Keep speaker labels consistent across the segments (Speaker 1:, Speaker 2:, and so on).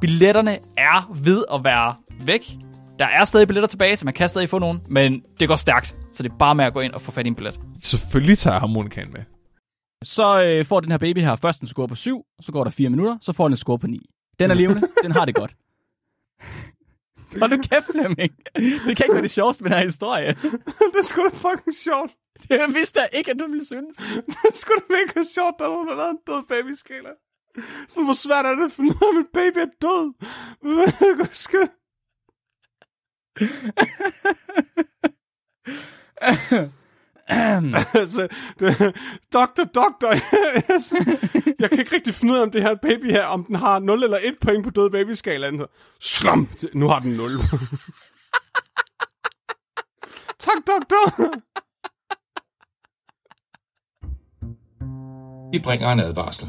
Speaker 1: Billetterne er ved at være væk. Der er stadig billetter tilbage, så man kan stadig få nogen, men det går stærkt. Så det er bare med at gå ind og få fat i en billet.
Speaker 2: Selvfølgelig tager jeg harmonikaen med.
Speaker 1: Så øh, får den her baby her først en score på 7, så går der 4 minutter, så får den en score på 9. Den er levende, den har det godt. Hold nu kæft, Flemming. Det kan ikke være det sjoveste ved den her historie.
Speaker 2: det er sgu da fucking sjovt.
Speaker 1: Jeg vidste da ikke, at du ville synes.
Speaker 2: Det er sgu da mega sjovt, der er nogen, der lavede en død babyskala. Så hvor svært er det at finde ud af, at min baby er død? Hvad skal altså, det, doktor, doktor, yes. jeg kan ikke rigtig finde ud af, om det her baby her, om den har 0 eller 1 point på død babyskalaen. Slam, nu har den 0. tak, doktor.
Speaker 3: Vi bringer en advarsel.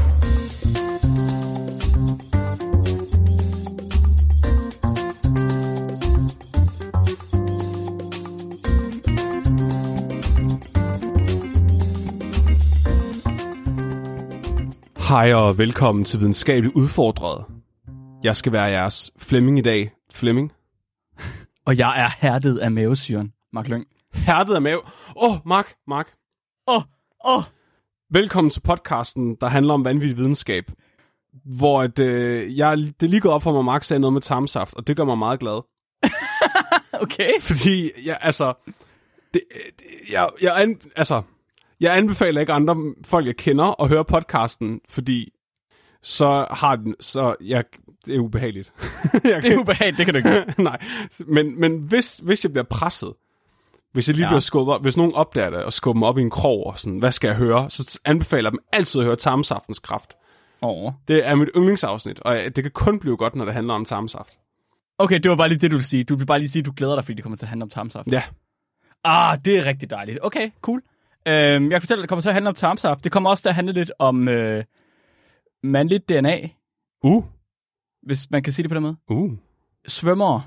Speaker 2: Hej og velkommen til Videnskabeligt Udfordret. Jeg skal være jeres Flemming i dag. Flemming.
Speaker 1: Og jeg er hærdet af mavesyren, Mark Lyng.
Speaker 2: Hærdet af mave. Åh, oh, Mark, Mark.
Speaker 1: Åh, oh, åh. Oh.
Speaker 2: Velkommen til podcasten, der handler om vanvittig videnskab. Hvor at, øh, jeg, det er lige gået op for mig, at Mark sagde noget med tarmsaft, og det gør mig meget glad.
Speaker 1: Okay.
Speaker 2: Fordi, jeg, altså, det, det, jeg, jeg, an, altså, jeg anbefaler ikke andre folk, jeg kender, at høre podcasten, fordi så har den, så jeg, det er ubehageligt. jeg,
Speaker 1: Det er ubehageligt, det kan du ikke.
Speaker 2: Nej, men, men hvis, hvis jeg bliver presset, hvis jeg lige
Speaker 1: Ja.
Speaker 2: ja. bliver skubbet op, hvis nogen opdager det og skubber mig op i en krog og sådan, hvad skal jeg høre? Så t- anbefaler jeg dem altid at høre tarmsaftens kraft.
Speaker 1: Oh.
Speaker 2: Det er mit yndlingsafsnit, og jeg- det kan kun blive godt, når det handler om tarmsaft.
Speaker 1: Okay, det var bare lige det, du ville sige. Du vil bare lige sige, at du glæder dig, fordi det kommer til at handle om tarmsaft.
Speaker 2: Ja,
Speaker 1: Ah, det er rigtig dejligt. Okay, cool. Øhm, jeg kan fortælle, at det kommer til at handle om tarmsaft. Det kommer også til at handle lidt om øh, mandligt DNA,
Speaker 2: uh,
Speaker 1: hvis man kan sige det på den måde.
Speaker 2: uh.
Speaker 1: Svømmere.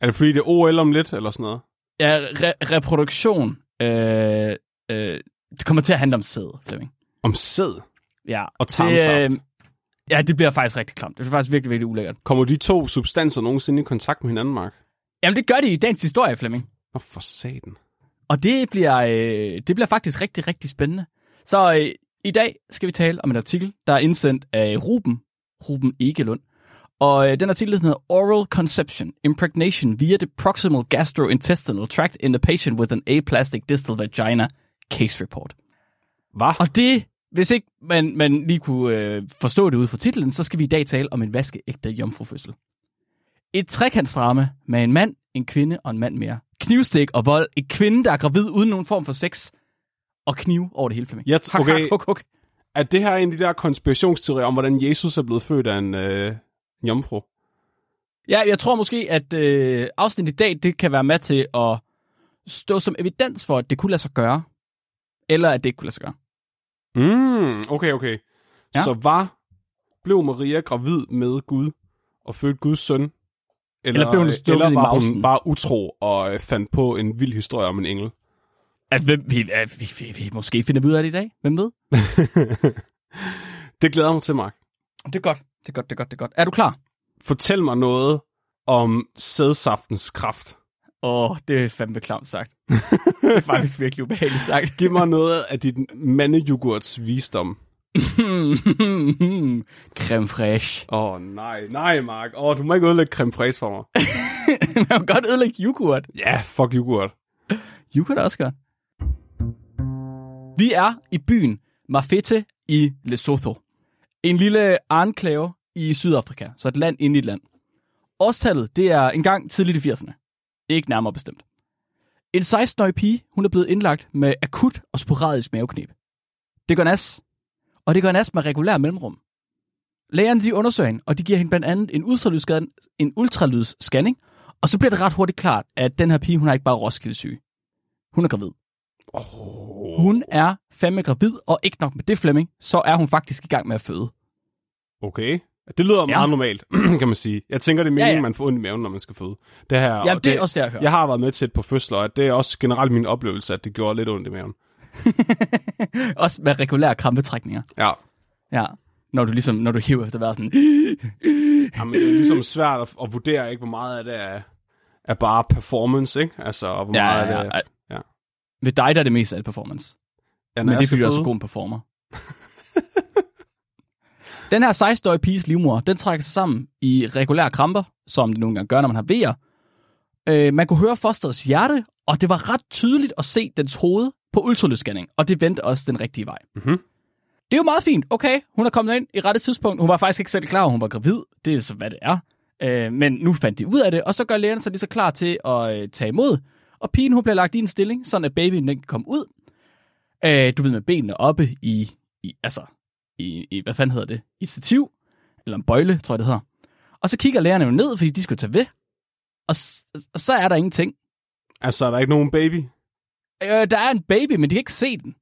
Speaker 2: Er det fordi, det er OL om lidt, eller sådan noget?
Speaker 1: Ja, re- reproduktion. Øh, øh, det kommer til at handle om sæd, Flemming.
Speaker 2: Om sæd
Speaker 1: Ja,
Speaker 2: og tarmsaft.
Speaker 1: Det, øh, ja, det bliver faktisk rigtig klamt. Det bliver faktisk virkelig, virkelig ulækkert.
Speaker 2: Kommer de to substanser nogensinde i kontakt med hinanden, Mark?
Speaker 1: Jamen, det gør de i dagens historie, Flemming.
Speaker 2: Nå, for satan.
Speaker 1: Og det bliver, øh, det bliver faktisk rigtig, rigtig spændende. Så øh, i dag skal vi tale om en artikel, der er indsendt af Ruben, Ruben Egelund. Og øh, den artikel den hedder Oral Conception, Impregnation via the Proximal Gastrointestinal Tract in the Patient with an Aplastic Distal Vagina Case Report.
Speaker 2: Hvad?
Speaker 1: Og det, hvis ikke man, man lige kunne øh, forstå det ud fra titlen, så skal vi i dag tale om en vaskeægte jomfrufødsel. Et trekantsdrama med en mand, en kvinde og en mand mere. Knivstik og vold. En kvinde, der er gravid uden nogen form for sex. Og kniv over det hele, Flemming.
Speaker 2: Jeg t-
Speaker 1: Hak, hak,
Speaker 2: okay.
Speaker 1: huk, huk.
Speaker 2: Er det her en af de der konspirationsteorier om, hvordan Jesus er blevet født af en øh, en jomfru?
Speaker 1: Ja, jeg tror måske, at øh, afsnittet i dag, det kan være med til at stå som evidens for, at det kunne lade sig gøre. Eller at det ikke kunne lade sig gøre.
Speaker 2: Mm, okay, okay.
Speaker 1: Ja.
Speaker 2: Ja. Så var blev Maria gravid med Gud og fødte Guds søn?
Speaker 1: Eller blev hun stukket
Speaker 2: eller
Speaker 1: i
Speaker 2: var
Speaker 1: mausen?
Speaker 2: hun bare utro og øh, fandt på en vild historie om en engel?
Speaker 1: At vi, vi, at vi, vi, vi måske finder vi ud af det i dag. Hvem ved?
Speaker 2: det glæder jeg mig til, Mark.
Speaker 1: Det er godt. Det er godt, det er godt, det er godt. Er du klar?
Speaker 2: Fortæl mig noget om sædsaftens kraft.
Speaker 1: Åh, oh, det er fandme klamt sagt. det er faktisk virkelig ubehageligt sagt.
Speaker 2: Giv mig noget af dit mandejogurts visdom.
Speaker 1: Hmm, Creme fraiche.
Speaker 2: Åh, oh, nej, nej, Mark. Åh, oh, du må ikke ødelægge creme fraise for mig.
Speaker 1: Man kan godt ødelægge yoghurt.
Speaker 2: Ja, yeah, fuck yoghurt.
Speaker 1: Yoghurt er også godt. Vi er i byen Mafete i Lesotho. En lille enklave i Sydafrika, så et land inde i et land. Årstallet, det er engang tidligt i 80'erne. Ikke nærmere bestemt. En 16-årig pige, hun er blevet indlagt med akut og sporadisk maveknep. Det gør nas. Og det gør nas med regulær mellemrum. Lægerne de undersøger hende, og de giver hende blandt andet en, ultralydsskade- en ultralydsscanning, og så bliver det ret hurtigt klart, at den her pige, hun har ikke bare Roskilde-syge. Hun er gravid.
Speaker 2: Oh.
Speaker 1: Hun er fandme gravid, og ikke nok med det, Flemming, så er hun faktisk i gang med at føde.
Speaker 2: Okay. Det lyder ja. meget normalt, kan man sige. Jeg tænker, det er meningen, ja,
Speaker 1: Ja,
Speaker 2: ja.
Speaker 1: ja.
Speaker 2: man får ondt i maven, når man skal føde. Det her,
Speaker 1: Jamen,
Speaker 2: og
Speaker 1: det er også det, jeg hører.
Speaker 2: Jeg har været med til et par fødsler, og det er også generelt min oplevelse, at det gjorde lidt ondt i maven.
Speaker 1: Også med regulære krampetrækninger.
Speaker 2: Ja.
Speaker 1: Ja. Når du ligesom, når du hiver efter hver sådan...
Speaker 2: Jamen, det er ligesom svært at, at vurdere, ikke, hvor meget af det er, er bare performance, ikke? Altså, og hvor
Speaker 1: Ja,
Speaker 2: meget
Speaker 1: ja,
Speaker 2: af det er...
Speaker 1: ja.
Speaker 2: ja.
Speaker 1: Ved dig, der er det mest af alt performance.
Speaker 2: Ja, når
Speaker 1: Men
Speaker 2: jeg
Speaker 1: det er
Speaker 2: skal
Speaker 1: fordi, du er så
Speaker 2: føde-
Speaker 1: god en performer. den her 16-årige piges livmor, den trækker sig sammen i regulære kramper, som det nogle gange gør, når man har vejer. Øh, man kunne høre fosterets hjerte, og det var ret tydeligt at se dens hoved på ultralydsscanning, og det vendte også den rigtige vej.
Speaker 2: Mhm.
Speaker 1: Det er jo meget fint. Okay, hun er kommet ind i rette tidspunkt. Hun var faktisk ikke selv klar, over, hun var gravid. Det er så, hvad det er. Øh, men nu fandt de ud af det, og så gør lægerne sig lige så klar til at øh, tage imod. Og pigen, hun bliver lagt i en stilling, sådan at babyen den kan komme ud. Øh, du ved, med benene oppe i, i altså, i, i, hvad fanden hedder det? I et stativ, eller en bøjle, tror jeg det hedder. Og så kigger lærerne jo ned, fordi de skal jo tage ved. Og, s- og så er der ingenting.
Speaker 2: Altså, er der ikke nogen baby?
Speaker 1: Øh, der er en baby, men de kan ikke se den.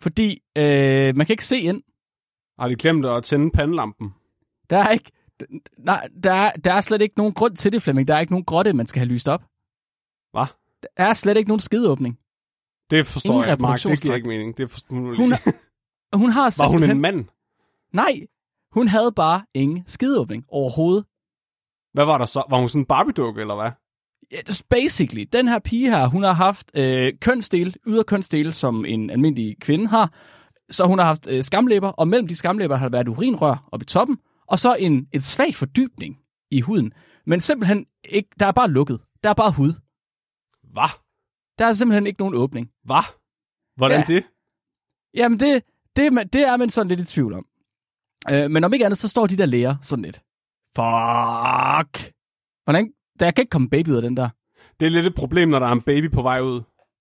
Speaker 1: Fordi øh, man kan ikke se ind.
Speaker 2: Har de glemt at tænde pandelampen?
Speaker 1: Der er ikke... d- Nej, der er, der er slet ikke nogen grund til det, Flemming. Der er ikke nogen grotte, man skal have lyst op.
Speaker 2: Hvad?
Speaker 1: Der er slet ikke nogen skideåbning.
Speaker 2: Det forstår
Speaker 1: Ingen
Speaker 2: jeg, ikke, Mark. Det giver
Speaker 1: reproduktionsdragt.
Speaker 2: ikke mening. Det forstår
Speaker 1: Hun, hun har
Speaker 2: Var hun
Speaker 1: simpelthen...
Speaker 2: en mand?
Speaker 1: Nej, hun havde bare ingen skideåbning overhovedet.
Speaker 2: Hvad var der så? Var hun sådan en Barbie-dukke, eller hvad?
Speaker 1: Ja, just Basically, den her pige her, hun har haft øh, kønsdel, yderkønsdel, som en almindelig kvinde har. Så hun har haft øh, skamlæber, og mellem de skamlæber har der været urinrør oppe i toppen, og så en, en svag fordybning i huden. Men simpelthen ikke, der er bare lukket. Der er bare hud.
Speaker 2: Hvad?
Speaker 1: Der er simpelthen ikke nogen åbning.
Speaker 2: Hvad? Hvordan
Speaker 1: Ja.
Speaker 2: ja. det?
Speaker 1: Jamen, det, det, er man- det er man sådan lidt i tvivl om. Øh, men om ikke andet, så står de der læger sådan lidt. Fuck! Hvordan? Der kan ikke komme en baby ud af den der.
Speaker 2: Det er lidt et problem, når der er en baby på vej ud.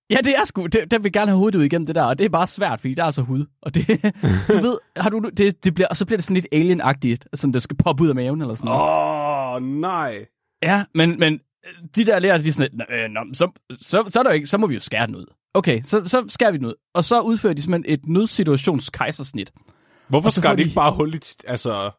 Speaker 1: Ja, det er sgu. Det, den vil gerne have hovedet ud igennem det der, og det er bare svært, fordi der er så hud. Og det, du ved, har du, det, det bliver, og så bliver det sådan lidt alien-agtigt, sådan der skal poppe ud af maven eller sådan noget.
Speaker 2: Åh, oh, nej.
Speaker 1: Ja, men, men øh, de der lærer, de er sådan lidt, "Nå, øh, nå, men så, så, så, er der jo ikke, så må vi jo skære den ud. Okay, så, så skærer vi den ud. Og så udfører de simpelthen et nødsituationskejsersnit.
Speaker 2: Hvorfor
Speaker 1: Og så får
Speaker 2: skar de
Speaker 1: de-
Speaker 2: ikke bare hul i, t- altså,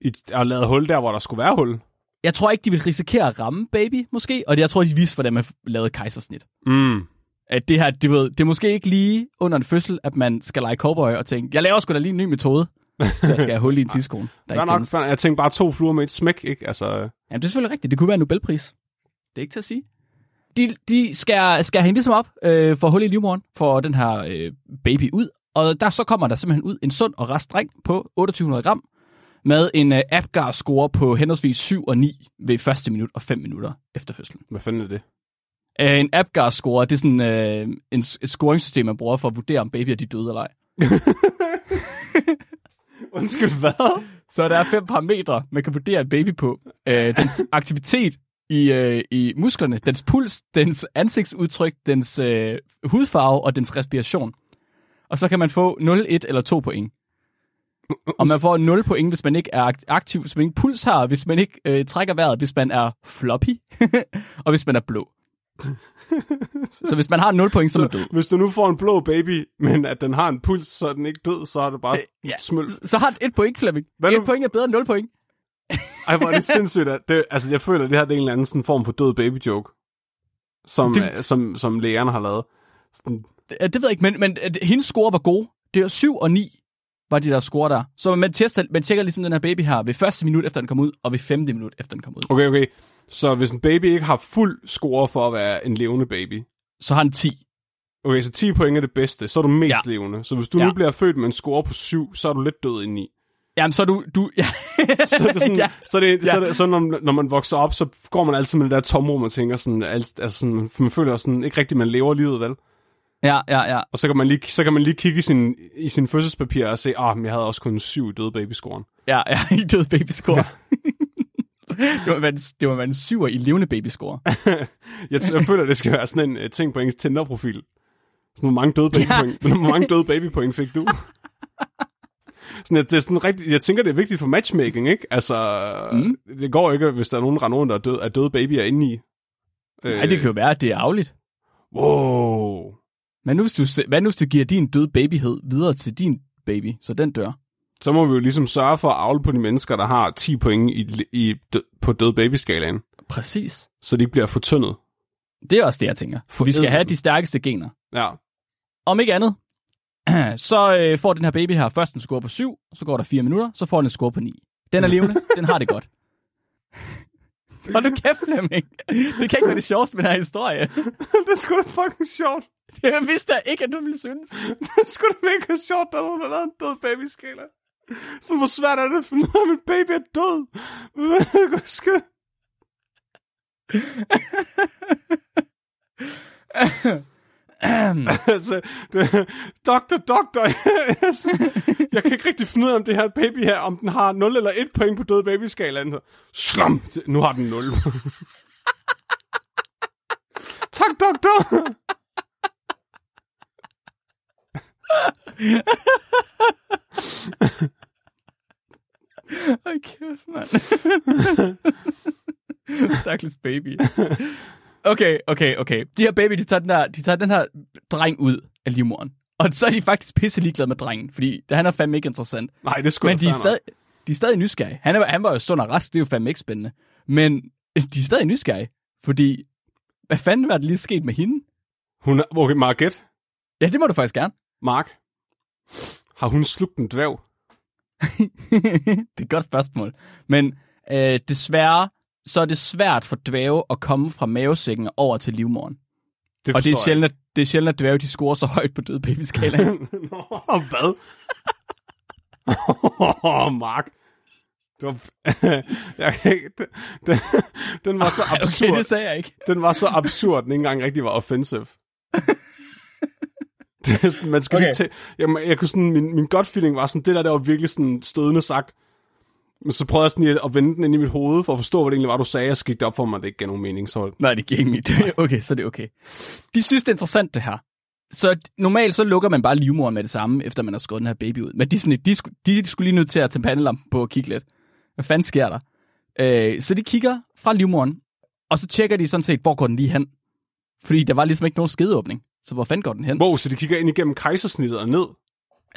Speaker 2: i, og lavede hul der, hvor der skulle være hul?
Speaker 1: Jeg tror ikke, de vil risikere at ramme baby, måske, og jeg tror, de vidste, hvordan man lavede kejsersnit.
Speaker 2: Mm.
Speaker 1: At det her, du ved, det er måske ikke lige under en fødsel, at man skal lege cowboy og tænke, jeg laver sgu da lige en ny metode. Jeg skal have hul i en tidskone. Der
Speaker 2: Fair
Speaker 1: ikke
Speaker 2: nok,
Speaker 1: findes.
Speaker 2: fair nok. Jeg tænkte bare to fluer med et smæk, ikke? Altså,
Speaker 1: Jamen, det er selvfølgelig rigtigt. Det kunne være en Nobelpris. Det er ikke til at sige. De, de skærer, skærer hende ligesom op øh, for hul i livmoderen, for den her øh, baby ud. Og der så kommer der simpelthen ud en sund og rest dreng på 2800 gram, med en øh, Apgar-score på henholdsvis 7 og 9 ved første minut og 5 minutter efter fødslen.
Speaker 2: hvad fanden er det?
Speaker 1: Øh, en Apgar-score, det er sådan øh, en, s- et scoringssystem, man bruger for at vurdere, om babyer de er døde eller ej.
Speaker 2: Undskyld, hvad?
Speaker 1: Så der er fem parametre, man kan vurdere en baby på. Øh, dens aktivitet i, øh, i musklerne, dens puls, dens ansigtsudtryk, dens øh, hudfarve og dens respiration. Og så kan man få 0, 1 eller 2 point. Og man får 0 point, hvis man ikke er ak- aktiv, hvis man ikke puls har, hvis man ikke øh, trækker vejret, hvis man er floppy, og hvis man er blå. Så hvis man har 0 point, så er man død.
Speaker 2: Hvis du nu får en blå baby, men at den har en puls, så er den ikke død, så er det bare
Speaker 1: Øh, ja.
Speaker 2: smøl.
Speaker 1: Så har den et point, Flemming.
Speaker 2: Hvad nu-
Speaker 1: Et point er bedre end 0 point.
Speaker 2: Ej, hvor er det sindssygt. At det, altså, jeg føler, at det her det er en eller anden sådan form for død baby joke, som,
Speaker 1: Det-
Speaker 2: det... som, som lægerne har lavet. Sådan,
Speaker 1: Ja, Øh, det ved jeg ikke, men, men at hendes score var gode. Det var 7 og 9, var de der score der. Så man, tester, man tjekker ligesom den her baby her ved første minut, efter den kom ud, og ved femte minut, efter den kom ud.
Speaker 2: Okay, okay. Så hvis en baby ikke har fuld score for at være en levende baby,
Speaker 1: Så har han 10.
Speaker 2: okay, så 10 point er det bedste, så er du mest
Speaker 1: Ja.
Speaker 2: ja. levende. Så hvis du
Speaker 1: Ja.
Speaker 2: ja. nu bliver født med en score på 7, så er du lidt død i 9.
Speaker 1: Jamen, så er du... du ja.
Speaker 2: Så er det sådan,
Speaker 1: ja.
Speaker 2: ja. så, er det, ja. så, er
Speaker 1: Ja.
Speaker 2: det, så når, når man vokser op, så går man altid med det der tomrum og tænker sådan, alt, altså sådan, man føler sådan, ikke rigtigt, man lever livet, vel?
Speaker 1: ja, ja, ja.
Speaker 2: Og så kan man lige, så kan man lige kigge i sin, i sin fødselspapir og se, ah, men jeg havde også kun syv døde babyscoren.
Speaker 1: Ja, ja, i død babyscore. Ja. det må være, en- det må være en syver i levende babyscore.
Speaker 2: Jeg, t- jeg føler, det skal være sådan en uh, ting på ens Tinder-profil. Sådan, hvor mange døde babypoint, ja. hvor mange døde babypoint fik du? sådan, at det er sådan rigtig, jeg tænker, det er vigtigt for matchmaking, ikke? Altså, mm. det går ikke, hvis der er nogen render rundt, der er døde, er døde babyer inde i. Øh.
Speaker 1: Nej, det kan jo være, at det er afligt.
Speaker 2: Wow.
Speaker 1: Men nu, hvis du, se- hvad nu, hvis du giver din døde babyhed videre til din baby, så den dør?
Speaker 2: Så må vi jo ligesom sørge for at avle på de mennesker, der har 10 point i, i, død, på døde babyskalaen,
Speaker 1: Præcis.
Speaker 2: så de ikke bliver fortyndet.
Speaker 1: Det er også det, jeg tænker. For vi skal
Speaker 2: Forædle
Speaker 1: have
Speaker 2: dem.
Speaker 1: de stærkeste gener.
Speaker 2: Ja.
Speaker 1: Om ikke andet, så øh, får den her baby her først en score på 7, så går der 4 minutter, så får den en score på 9. Den er levende, den har det godt. Og nu kæft, Flemming. Det kan ikke være det sjoveste med den her historie.
Speaker 2: det er sgu da fucking sjovt.
Speaker 1: Jeg vidste da ikke, at du ville synes.
Speaker 2: Det skulle da mega sjovt, der er nogen, der lavede en død babyskala. Så hvor svært er det at finde ud af, at min baby er død? Hvad skal... altså, det, doktor, doktor, jeg, sådan, jeg kan ikke rigtig finde ud af, om det her baby her, om den har 0 eller 1 point på død babyskalaen. Slam, nu har den 0. tak, doktor.
Speaker 1: Hold kæft, mand. Stakkels baby. Okay, okay, okay. De her baby, de tager den her, de tager den her dreng ud af livmoren. Og så er de faktisk pisse ligeglade med drengen, fordi han er fandme ikke interessant.
Speaker 2: Nej, det skulle
Speaker 1: Men de er, stadig, de er stadig nysgerrige. Han, er, han var jo sund og rask, det er jo fandme ikke spændende. Men altså, de er stadig nysgerrige, fordi hvad fanden var det lige sket med hende?
Speaker 2: Hun er, okay, Mark, gæt.
Speaker 1: Ja, det må du faktisk gerne.
Speaker 2: Mark, har hun slugt en dværg?
Speaker 1: det er et godt spørgsmål. Men øh, desværre, så er det svært for dvæve at komme fra mavesækken og over til livmoren.
Speaker 2: Det
Speaker 1: Og det er,
Speaker 2: forstår jeg
Speaker 1: sjældent, at, det er sjældent, at dværge de scorer så højt på døde babyskala.
Speaker 2: ikke. Nå, hvad? Åh, Mark. Det var... jeg kan ikke... Den, den, den var så absurd.
Speaker 1: okay, det sagde jeg ikke.
Speaker 2: Den var så absurd, den ikke engang rigtig var offensive. Det er sådan, man skal okay.
Speaker 1: Okay.
Speaker 2: lige til... Jeg, jeg kunne sådan, min, min gut feeling var sådan, det der, der var virkelig sådan stødende sagt. Men så prøvede jeg sådan lige at vende den ind i mit hoved, for at forstå, hvad det egentlig var, du sagde, og så gik det op for mig, at det ikke gav nogen mening. Så var det-
Speaker 1: Nej, det giver ikke mit. Okay, så er det okay. De synes, det er interessant, det her. Så d- normalt så lukker man bare livmoren med det samme, efter man har skåret den her baby ud. Men de, er sådan, lidt- de, sku- de skulle lige nødt til at tage pandelampen på og kigge lidt. Hvad fanden sker der? Øh, så de kigger fra livmoren, og så tjekker de sådan set, hvor går den lige hen? Fordi der var ligesom ikke nogen skedeåbning. Så hvor fanden går den hen?
Speaker 2: Wow, så de kigger ind igennem kejsersnittet og ned.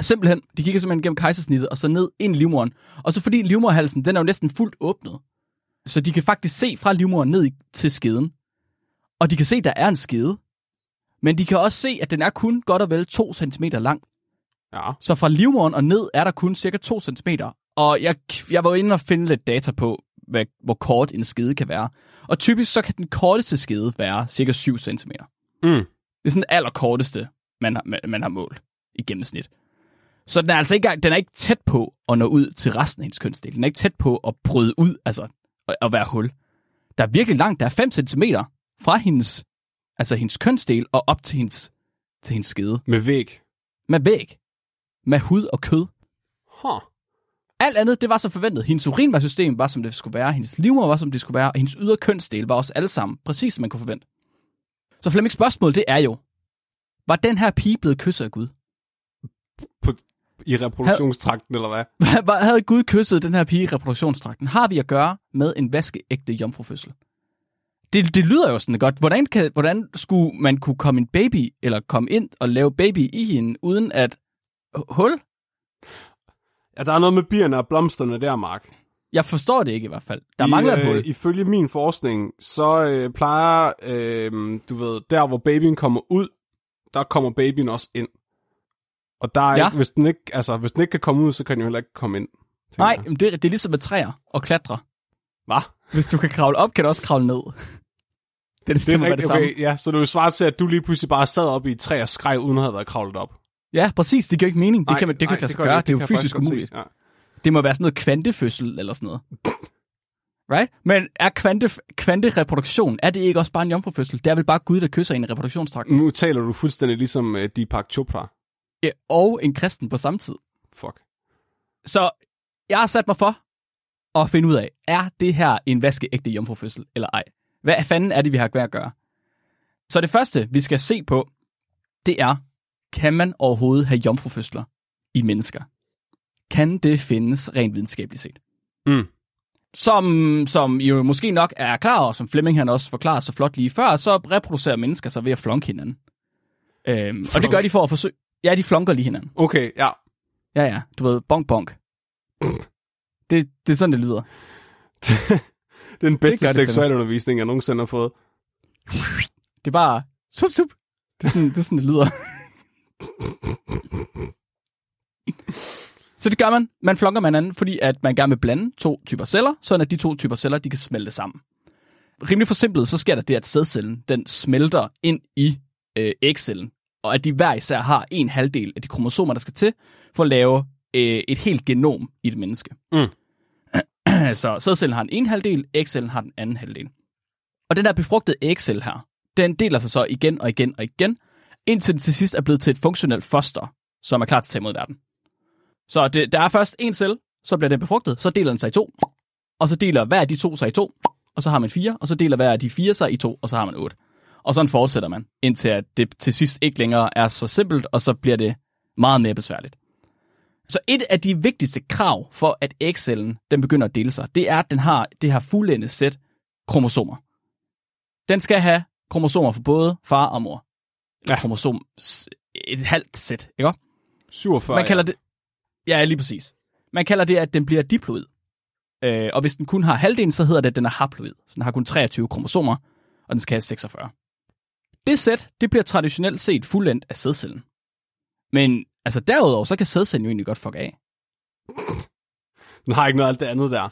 Speaker 1: Simpelthen, de kigger simpelthen gennem kejsersnittet, og så ned ind i livmoren. Og så fordi livmorhalsen, den er jo næsten fuldt åbnet. Så de kan faktisk se fra livmoren ned i- til skeden. Og de kan se, at der er en skede. Men de kan også se, at den er kun godt og vel 2 cm lang.
Speaker 2: Ja.
Speaker 1: Så fra livmoren og ned er der kun cirka 2 cm. Og jeg, jeg var jo inde og finde lidt data på, hvad, hvor kort en skede kan være. Og typisk så kan den korteste skede være cirka 7 cm.
Speaker 2: Mm.
Speaker 1: Det er sådan det allerkorteste, man har, man, man har målt i gennemsnit. Så den er altså ikke, engang- den er ikke tæt på at nå ud til resten af hendes kønsdel. Den er ikke tæt på at bryde ud, altså at, at være hul. Der er virkelig langt, der er 5 cm fra hendes, altså hendes kønsdel og op til hendes, til hendes skede.
Speaker 2: Med væg.
Speaker 1: Med væg, med hud og kød.
Speaker 2: Huh.
Speaker 1: Alt andet, det var som forventet. Hendes urinvejssystem var, som det skulle være. Hendes livmor var, som det skulle være. Og hendes ydre kønsdel var også alle sammen, præcis som man kunne forvente. Så Flemmings spørgsmål, det er jo, var den her pige blevet kysset af Gud?
Speaker 2: I reproduktionstrakten, eller hvad?
Speaker 1: Hvad havde Gud kysset den her pige i reproduktionstrakten? Har vi at gøre med en vaskeægte jomfrufødsel? Det, det lyder jo sådan godt. Hvordan, kan, hvordan skulle man kunne komme en baby, eller komme ind og lave baby i hende, uden at... Hul?
Speaker 2: Ja, der er noget med bierne og blomsterne der, Mark.
Speaker 1: Jeg forstår det ikke i hvert fald. Der mangler et
Speaker 2: øh,
Speaker 1: hul.
Speaker 2: Ifølge min forskning, så øh, plejer, øh, du ved, der hvor babyen kommer ud, der kommer babyen også ind. Og der er
Speaker 1: Ja.
Speaker 2: ikke, hvis, den ikke, altså, hvis den ikke kan komme ud, så kan den jo heller ikke komme ind. tænker
Speaker 1: Nej,
Speaker 2: jeg.
Speaker 1: men det, det er ligesom med træer og klatre.
Speaker 2: Hvad?
Speaker 1: Hvis du kan kravle op, kan du også kravle ned. Det er det,
Speaker 2: Det er
Speaker 1: det, det
Speaker 2: rigtigt,
Speaker 1: samme.
Speaker 2: okay, ja, så det vil svare til, at du lige pludselig bare sad op i et træ og skreg, uden at have været kravlet op.
Speaker 1: Ja, præcis. Det giver ikke mening. Det
Speaker 2: Nej,
Speaker 1: kan, man, det kan
Speaker 2: nej,
Speaker 1: ikke lade sig
Speaker 2: gør
Speaker 1: gøre. Det, det er
Speaker 2: kan
Speaker 1: jo
Speaker 2: jeg
Speaker 1: fysisk
Speaker 2: faktisk godt se.
Speaker 1: umuligt.
Speaker 2: Ja.
Speaker 1: Det må være sådan noget kvantefødsel eller sådan noget. Right? Men er kvante, kvantereproduktion, er det ikke også bare en jomfrufødsel? Det er vel bare Gud, der kysser en i reproduktionstrakten.
Speaker 2: Nu taler du fuldstændig ligesom uh, Deepak Chopra. Mm.
Speaker 1: Ja, og en kristen på samme tid.
Speaker 2: Fuck.
Speaker 1: Så jeg har sat mig for at finde ud af, er det her en vaskeægte jomfrufødsel eller ej? Hvad fanden er det, vi har med at gøre? Så det første, vi skal se på, det er, kan man overhovedet have jomfrufødsler i mennesker? Kan det findes rent videnskabeligt set?
Speaker 2: Mm.
Speaker 1: Som, som I jo måske nok er klar over, som Flemming han også forklarede så flot lige før, så reproducerer mennesker sig ved at flonke hinanden. Øhm, og det
Speaker 2: Flunk.
Speaker 1: gør de for at forsøge... Ja, de flonker lige hinanden.
Speaker 2: Okay, ja.
Speaker 1: Ja, ja. Du ved, bonk, bonk. Det, det er sådan, det lyder.
Speaker 2: Det er den bedste
Speaker 1: gør det fandme.
Speaker 2: seksualundervisning, jeg nogensinde har fået.
Speaker 1: Det er bare... Sup, sup. Det er sådan, det, er sådan, det lyder. Så det gør man. Man flonker med hinanden, fordi at man gerne vil blande to typer celler, sådan at de to typer celler de kan smelte sammen. Rimelig forsimplet, så sker der det, at sædcellen den smelter ind i øh, ægcellen, og at de hver især har en halvdel af de kromosomer, der skal til, for at lave øh, et helt genom i et menneske.
Speaker 2: Mm.
Speaker 1: så sædcellen har den ene halvdel, ægcellen har den anden halvdel. Og den der befrugtede ægcelle her, den deler sig så igen og igen og igen, indtil den til sidst er blevet til et funktionelt foster, som er klar til at tage imod verden. Så det, der er først en celle, så bliver den befrugtet, så deler den sig i to, og så deler hver af de to sig i to, og så har man fire, og så deler hver af de fire sig i to, og så har man otte. Og sådan fortsætter man, indtil at det til sidst ikke længere er så simpelt, og så bliver det meget mere besværligt. Så et af de vigtigste krav for, at ægcellen den begynder at dele sig, det er, at den har det her fuldendte sæt kromosomer. Den skal have kromosomer for både far og mor. Eller
Speaker 2: Ja.
Speaker 1: kromosom, et halvt sæt, ikke også?
Speaker 2: 47.
Speaker 1: Man kalder det... Ja, lige præcis. Man kalder det, at den bliver diploid. Øh, og hvis den kun har halvdelen, så hedder det, at den er haploid. Så den har kun 23 kromosomer, og den skal have 46. Det sæt, det bliver traditionelt set fuldendt af sædcellen. Men altså derudover, så kan sædcellen jo egentlig godt fuck af.
Speaker 2: ja. Den har ikke noget af alt det andet der.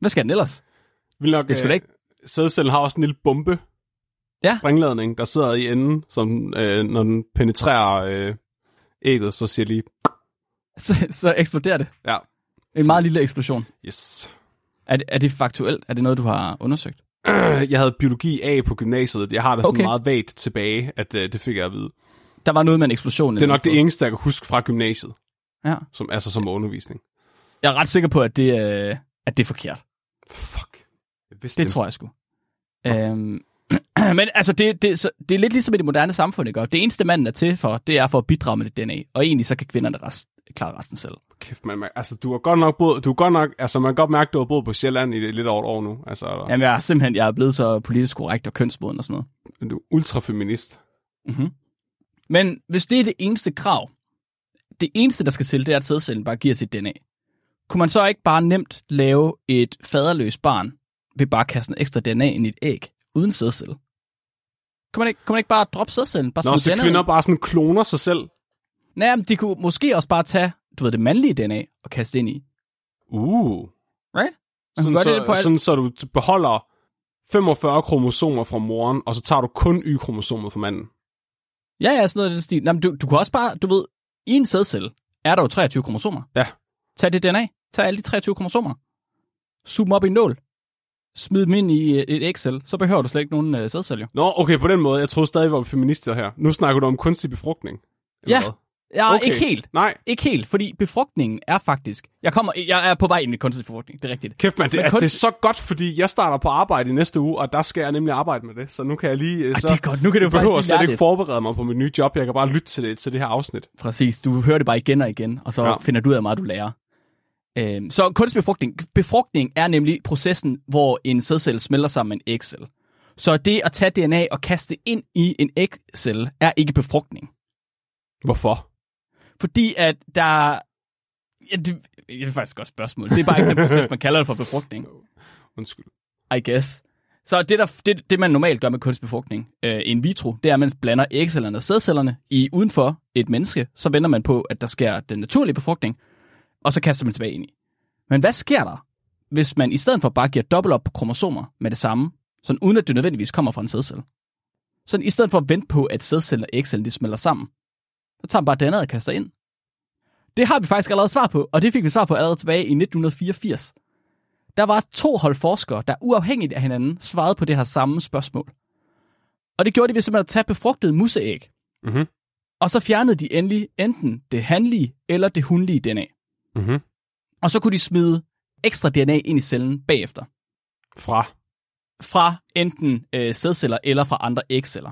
Speaker 1: Hvad skal den ellers?
Speaker 2: Vil nok, øh,
Speaker 1: Det skulle da ikke.
Speaker 2: Sædcellen har også en lille bombe.
Speaker 1: Ja.
Speaker 2: Springladning, der sidder i enden, som øh, når den penetrerer øh, ægget, så siger lige,
Speaker 1: Så, så eksploderer det.
Speaker 2: ja,
Speaker 1: En meget lille eksplosion.
Speaker 2: yes.
Speaker 1: Er det, er det faktuelt? Er det noget, du har undersøgt?
Speaker 2: Jeg havde biologi A på gymnasiet. Jeg har det sådan
Speaker 1: Okay.
Speaker 2: meget vagt tilbage, at øh, det fik jeg at vide.
Speaker 1: Der var noget med en eksplosion.
Speaker 2: Det er nok det eneste, jeg kan huske fra gymnasiet,
Speaker 1: Ja.
Speaker 2: som, altså som undervisning.
Speaker 1: Jeg er ret sikker på, at det, øh, at det er forkert.
Speaker 2: Fuck. Jeg vidste
Speaker 1: Det tror jeg sgu. Øhm, men altså, det, det, så, det er lidt ligesom i det moderne samfund, ikke? Og Det eneste, manden er til for, det er for at bidrage med det DNA. Og egentlig så kan kvinderne rest, klare resten selv.
Speaker 2: Kæft, man, man, altså, du har godt nok boet, du har godt nok, altså, man kan godt mærke, du har boet på Sjælland i lidt over et år nu. Altså, eller,
Speaker 1: Jamen, jeg er simpelthen jeg er blevet så politisk korrekt og kønsmoden og sådan noget.
Speaker 2: du er ultrafeminist.
Speaker 1: Men hvis det er det eneste krav, det eneste, der skal til, det er, at sædcellen bare giver sit DNA. Kunne man så ikke bare nemt lave et faderløst barn ved bare at kaste noget ekstra DNA ind i et æg, uden sædcelle? Kunne man ikke, kunne man ikke bare droppe sædcellen? Bare
Speaker 2: Nå,
Speaker 1: smide
Speaker 2: så
Speaker 1: DNA?
Speaker 2: kvinder bare sådan kloner sig selv.
Speaker 1: Nej, men de kunne måske også bare tage, du ved, det mandlige DNA og kaste ind i.
Speaker 2: Uh.
Speaker 1: Right? Man
Speaker 2: Sådan,
Speaker 1: kunne gøre
Speaker 2: så,
Speaker 1: det på alt.
Speaker 2: sådan, så du t- beholder 45 kromosomer fra moren, og så tager du kun Y-kromosomet fra manden.
Speaker 1: Ja, ja, sådan noget i den stil. Nå, men du, du kan også bare, du ved, i en sædcelle er der jo 23 kromosomer.
Speaker 2: Ja.
Speaker 1: Tag det DNA, tag alle de 23 kromosomer, sug dem op i en nål, smid dem ind i øh, et Excel, så behøver du slet ikke nogen uh, sædceller.
Speaker 2: Nå, okay, på den måde. Jeg troede stadig, vi var feminister her. Nu snakker du om kunstig befrugtning. eller
Speaker 1: Ja,
Speaker 2: hvad?
Speaker 1: Ja,
Speaker 2: Okay.
Speaker 1: ikke helt.
Speaker 2: Nej,
Speaker 1: Ikke helt, fordi befrugtningen er faktisk... Jeg, kommer, jeg er på vej ind i kunstig befrugtning, det er rigtigt.
Speaker 2: kæft mand, det,
Speaker 1: Men
Speaker 2: altså, det er
Speaker 1: kunst-
Speaker 2: så godt, fordi jeg starter på arbejde i næste uge, og der skal jeg nemlig arbejde med det. Så nu kan jeg lige... øh,
Speaker 1: Ej,
Speaker 2: så
Speaker 1: det er godt. Nu kan det jo
Speaker 2: jeg behøver
Speaker 1: faktisk lige
Speaker 2: slet
Speaker 1: lære
Speaker 2: ikke
Speaker 1: lidt.
Speaker 2: forberede mig på mit nye job. Jeg kan bare lytte til det, til det her afsnit.
Speaker 1: Præcis. Du hører det bare igen og igen, og så
Speaker 2: Ja.
Speaker 1: ja. finder du ud af, hvor meget du lærer. Øhm, så kunstig befrugtning. Befrugtning er nemlig processen, hvor en sædcelle smelter sammen med en ægcelle. Så det at tage DNA og kaste det ind i en ægcelle er ikke befrugtning.
Speaker 2: Hvorfor?
Speaker 1: Fordi at der... Ja, det, ja, det er faktisk et godt spørgsmål. Det er bare ikke den proces, man kalder det for befrugtning.
Speaker 2: Undskyld.
Speaker 1: I guess. Så det, der, det, det man normalt gør med kunstig befrugtning øh, in vitro, det er, at man blander ægcellerne og sædcellerne i udenfor et menneske. Så venter man på, at der sker den naturlige befrugtning, og så kaster man tilbage ind i. Men hvad sker der, hvis man i stedet for bare giver dobbelt op på kromosomer med det samme, sådan uden at det nødvendigvis kommer fra en sædcelle? Sådan i stedet for at vente på, at sædcellen og ægcellen de smelter sammen, så tager man bare det andet og kaster ind. Det har vi faktisk allerede svar på, og det fik vi svar på allerede tilbage i 1984. Der var to hold forskere, der uafhængigt af hinanden svarede på det her samme spørgsmål. Og det gjorde de ved simpelthen at tage befrugtede museæg,
Speaker 2: Mhm.
Speaker 1: og så fjernede de endelig enten det handlige eller det hundlige DNA.
Speaker 2: Mhm.
Speaker 1: Og så kunne de smide ekstra DNA ind i cellen bagefter.
Speaker 2: Fra.
Speaker 1: Fra enten øh, sædceller eller fra andre ægceller.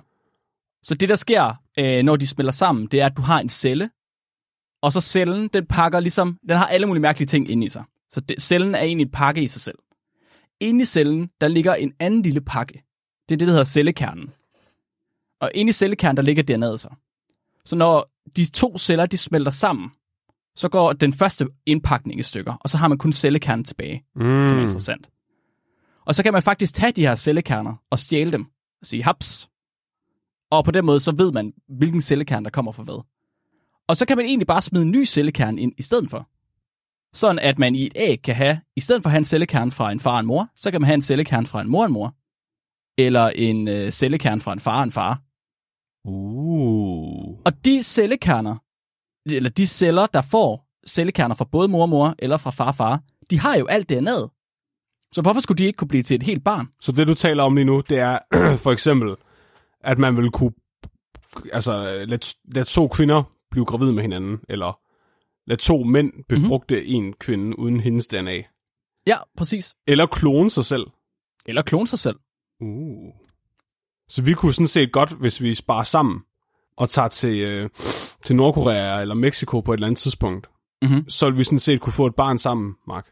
Speaker 1: Så det, der sker, øh, når de smelter sammen, det er, at du har en celle, og så cellen, den pakker ligesom, den har alle mulige mærkelige ting inde i sig. Så det, cellen er egentlig en pakke i sig selv. Inde i cellen, der ligger en anden lille pakke. Det er det, der hedder cellekernen. Og inde i cellekernen, der ligger DNA'et så. Så når de to celler, de smelter sammen, så går den første indpakning i stykker, og så har man kun cellekernen tilbage, mm. som er interessant. Og så kan man faktisk tage de her cellekerner og stjæle dem og sige haps. Og på den måde, så ved man, hvilken cellekerne, der kommer fra hvad. Og så kan man egentlig bare smide en ny cellekerne ind i stedet for. Sådan at man i et æg kan have, i stedet for at have en cellekerne fra en far og en mor, så kan man have en cellekerne fra en mor og en mor. Eller en øh, cellekerne fra en far og en far.
Speaker 2: Uh.
Speaker 1: Og de cellekerner, eller de celler, der får cellekerner fra både mor og mor, eller fra far og far, de har jo alt DNA'et. Så hvorfor skulle de ikke kunne blive til et helt barn?
Speaker 2: Så det, du taler om lige nu, det er for eksempel, at man vil kunne, altså, lad, lad to kvinder blive gravide med hinanden, eller lad to mænd befrugte mm-hmm. en kvinde uden hendes DNA,
Speaker 1: Ja, præcis.
Speaker 2: eller klone sig selv.
Speaker 1: Eller klone sig selv.
Speaker 2: Uh. Så vi kunne sådan set godt, hvis vi sparer sammen og tager til, øh, til Nordkorea eller Mexico på et eller andet tidspunkt,
Speaker 1: Mhm.
Speaker 2: så ville vi sådan set kunne få et barn sammen, Mark.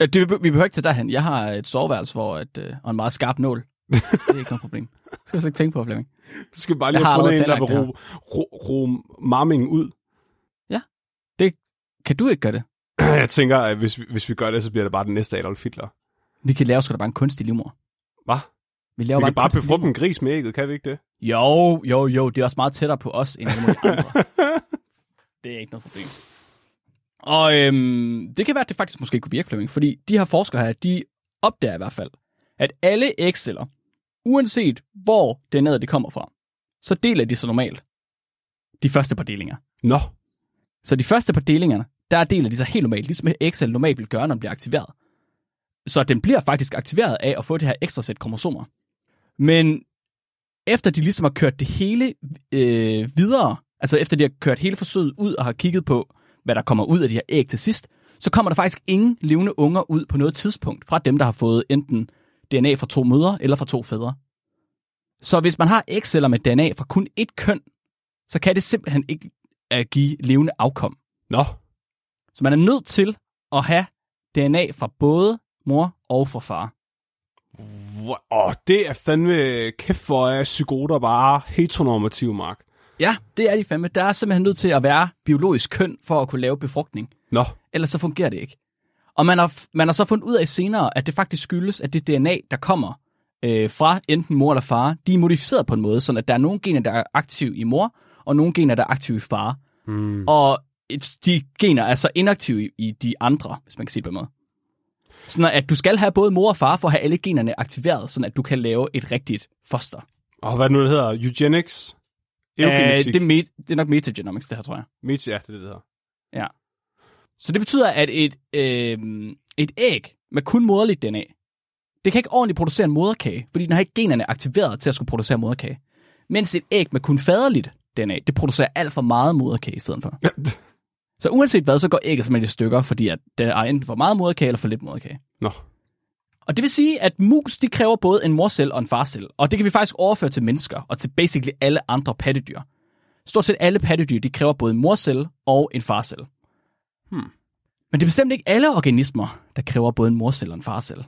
Speaker 1: Øh, Det, vi behøver ikke til derhen. Jeg har et soveværelse hvor et, øh, og en meget skarp nål. Det er ikke noget problem. Det skal du slet ikke tænke på, Flemming.
Speaker 2: Så skal vi bare lige
Speaker 1: Jeg
Speaker 2: have
Speaker 1: har
Speaker 2: fundet en, der
Speaker 1: allerede
Speaker 2: vil ro, ro, ro marmingen ud.
Speaker 1: Kan du ikke gøre det?
Speaker 2: Jeg tænker, at hvis vi, hvis vi gør det, så bliver det bare den næste Adolf Hitler.
Speaker 1: Vi kan lave sgu da bare en kunstig livmor.
Speaker 2: Hvad?
Speaker 1: Vi
Speaker 2: Vi
Speaker 1: laver
Speaker 2: kan
Speaker 1: bare,
Speaker 2: bare
Speaker 1: en kunstig
Speaker 2: befrugte en gris med ægget, kan vi ikke det?
Speaker 1: livmor. Jo, jo, jo. Det er også meget tættere på os, end alle mulige andre. Det er ikke noget problem. Og øhm, det kan være, at det faktisk måske kunne virke, Flemming. Fordi de her forskere her, de opdager i hvert fald, at alle ægceller, uanset hvor DNA'et det kommer fra, så deler de sig normalt de første par delinger.
Speaker 2: Nå,
Speaker 1: Så de første par delingerne, der deler de sig helt normalt, ligesom Excel normalt vil gøre, når den bliver aktiveret. Så den bliver faktisk aktiveret af at få det her ekstra sæt kromosomer. Men efter de ligesom har kørt det hele øh, videre, altså efter de har kørt hele forsøget ud og har kigget på, hvad der kommer ud af de her æg til sidst, så kommer der faktisk ingen levende unger ud på noget tidspunkt fra dem, der har fået enten DNA fra to mødre eller fra to fædre. Så hvis man har ægceller med DNA fra kun ét køn, så kan det simpelthen ikke at give levende afkom.
Speaker 2: nå.
Speaker 1: Så man er nødt til at have DNA fra både mor og fra far.
Speaker 2: Hvor- Åh, det er fandme kæft, hvor er psykoter bare heteronormativ, Mark.
Speaker 1: Ja, det er de fandme. Der er simpelthen nødt til at være biologisk køn for at kunne lave befrugtning.
Speaker 2: Nå,
Speaker 1: Ellers så fungerer det ikke. Og man har, man har så fundet ud af senere, at det faktisk skyldes, at det DNA, der kommer øh, fra enten mor eller far, de er modificeret på en måde, sådan at der er nogle gener, der er aktive i mor, og nogle gener, der er aktive i far. Mm. Og et, de gener er så inaktive i, i de andre, hvis man kan sige det på en måde. Sådan at du skal have både mor og far for at have alle generne aktiveret, sådan at du kan lave et rigtigt foster.
Speaker 2: og hvad er det nu det hedder? Eugenics? Eugenetik?
Speaker 1: Øh, det, er met, det er nok metagenomics, det her, tror jeg.
Speaker 2: Meta, ja, det er det, det hedder.
Speaker 1: Så det betyder, at et, øh, et æg med kun moderligt DNA, det kan ikke ordentligt producere en moderkage, fordi den har ikke generne aktiveret til at skulle producere moderkage. Mens et æg med kun faderligt DNA, det producerer alt for meget moderkage i stedet for. Så uanset hvad, så går ægget simpelthen i stykker, fordi at der er enten for meget moderkage eller for lidt moderkage.
Speaker 2: Nå,
Speaker 1: Og det vil sige, at mus de kræver både en morcelle og en farcelle, og det kan vi faktisk overføre til mennesker og til basically alle andre pattedyr. Stort set alle pattedyr de kræver både en morcelle og en farcelle. Hmm. Men det er bestemt ikke alle organismer, der kræver både en morcelle og en farcelle.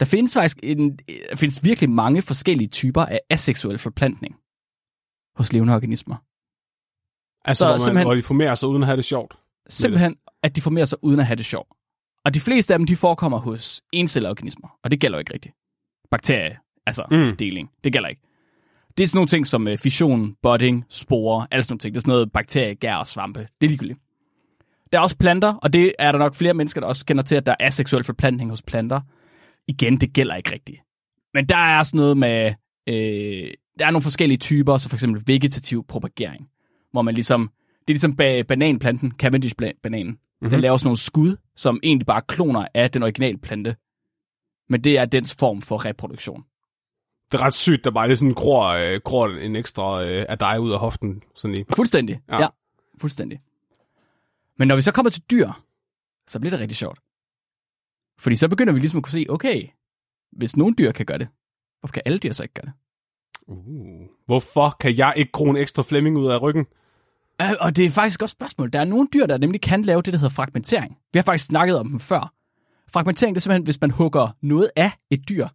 Speaker 1: Der findes faktisk en, der findes virkelig mange forskellige typer af aseksuel forplantning hos levende organismer. Så
Speaker 2: altså, så, hvor, man,
Speaker 1: simpelthen-
Speaker 2: hvor de formerer sig uden at have det sjovt.
Speaker 1: Simpelthen, at de formerer sig uden at have det sjovt. Og de fleste af dem, de forekommer hos encelleorganismer, og det gælder jo ikke rigtigt. Bakterie, altså
Speaker 2: Mm.
Speaker 1: mm. deling, det gælder ikke. Det er sådan nogle ting som øh, fission, budding, sporer, alt sådan nogle ting. Det er sådan noget bakterie, gær og svampe. Det er ligegyldigt. Der er også planter, og det er der nok flere mennesker, der også kender til, at der er seksuel forplantning hos planter. Igen, det gælder ikke rigtigt. Men der er sådan noget med, øh, der er nogle forskellige typer, så for eksempel vegetativ propagering, hvor man ligesom, det er ligesom bag bananplanten, Cavendish-bananen, mm-hmm. den laver sådan nogle skud, som egentlig bare er kloner af den originale plante. Men det er dens form for reproduktion.
Speaker 2: Det er ret sygt, der bare lige sådan gror, øh, gror en ekstra øh, af dig ud af hoften. Sådan lige.
Speaker 1: Fuldstændig,
Speaker 2: Ja.
Speaker 1: ja. ja. Fuldstændig. Men når vi så kommer til dyr, så bliver det rigtig sjovt. Fordi så begynder vi ligesom at kunne se, okay, hvis nogle dyr kan gøre det, hvorfor kan alle dyr så ikke gøre det?
Speaker 2: Uh. Hvorfor kan jeg ikke gro en ekstra Flemming ud af ryggen?
Speaker 1: Øh, Og det er faktisk et godt spørgsmål. Der er nogle dyr, der nemlig kan lave det, der hedder fragmentering. Vi har faktisk snakket om dem før. Fragmentering det er simpelthen, hvis man hugger noget af et dyr,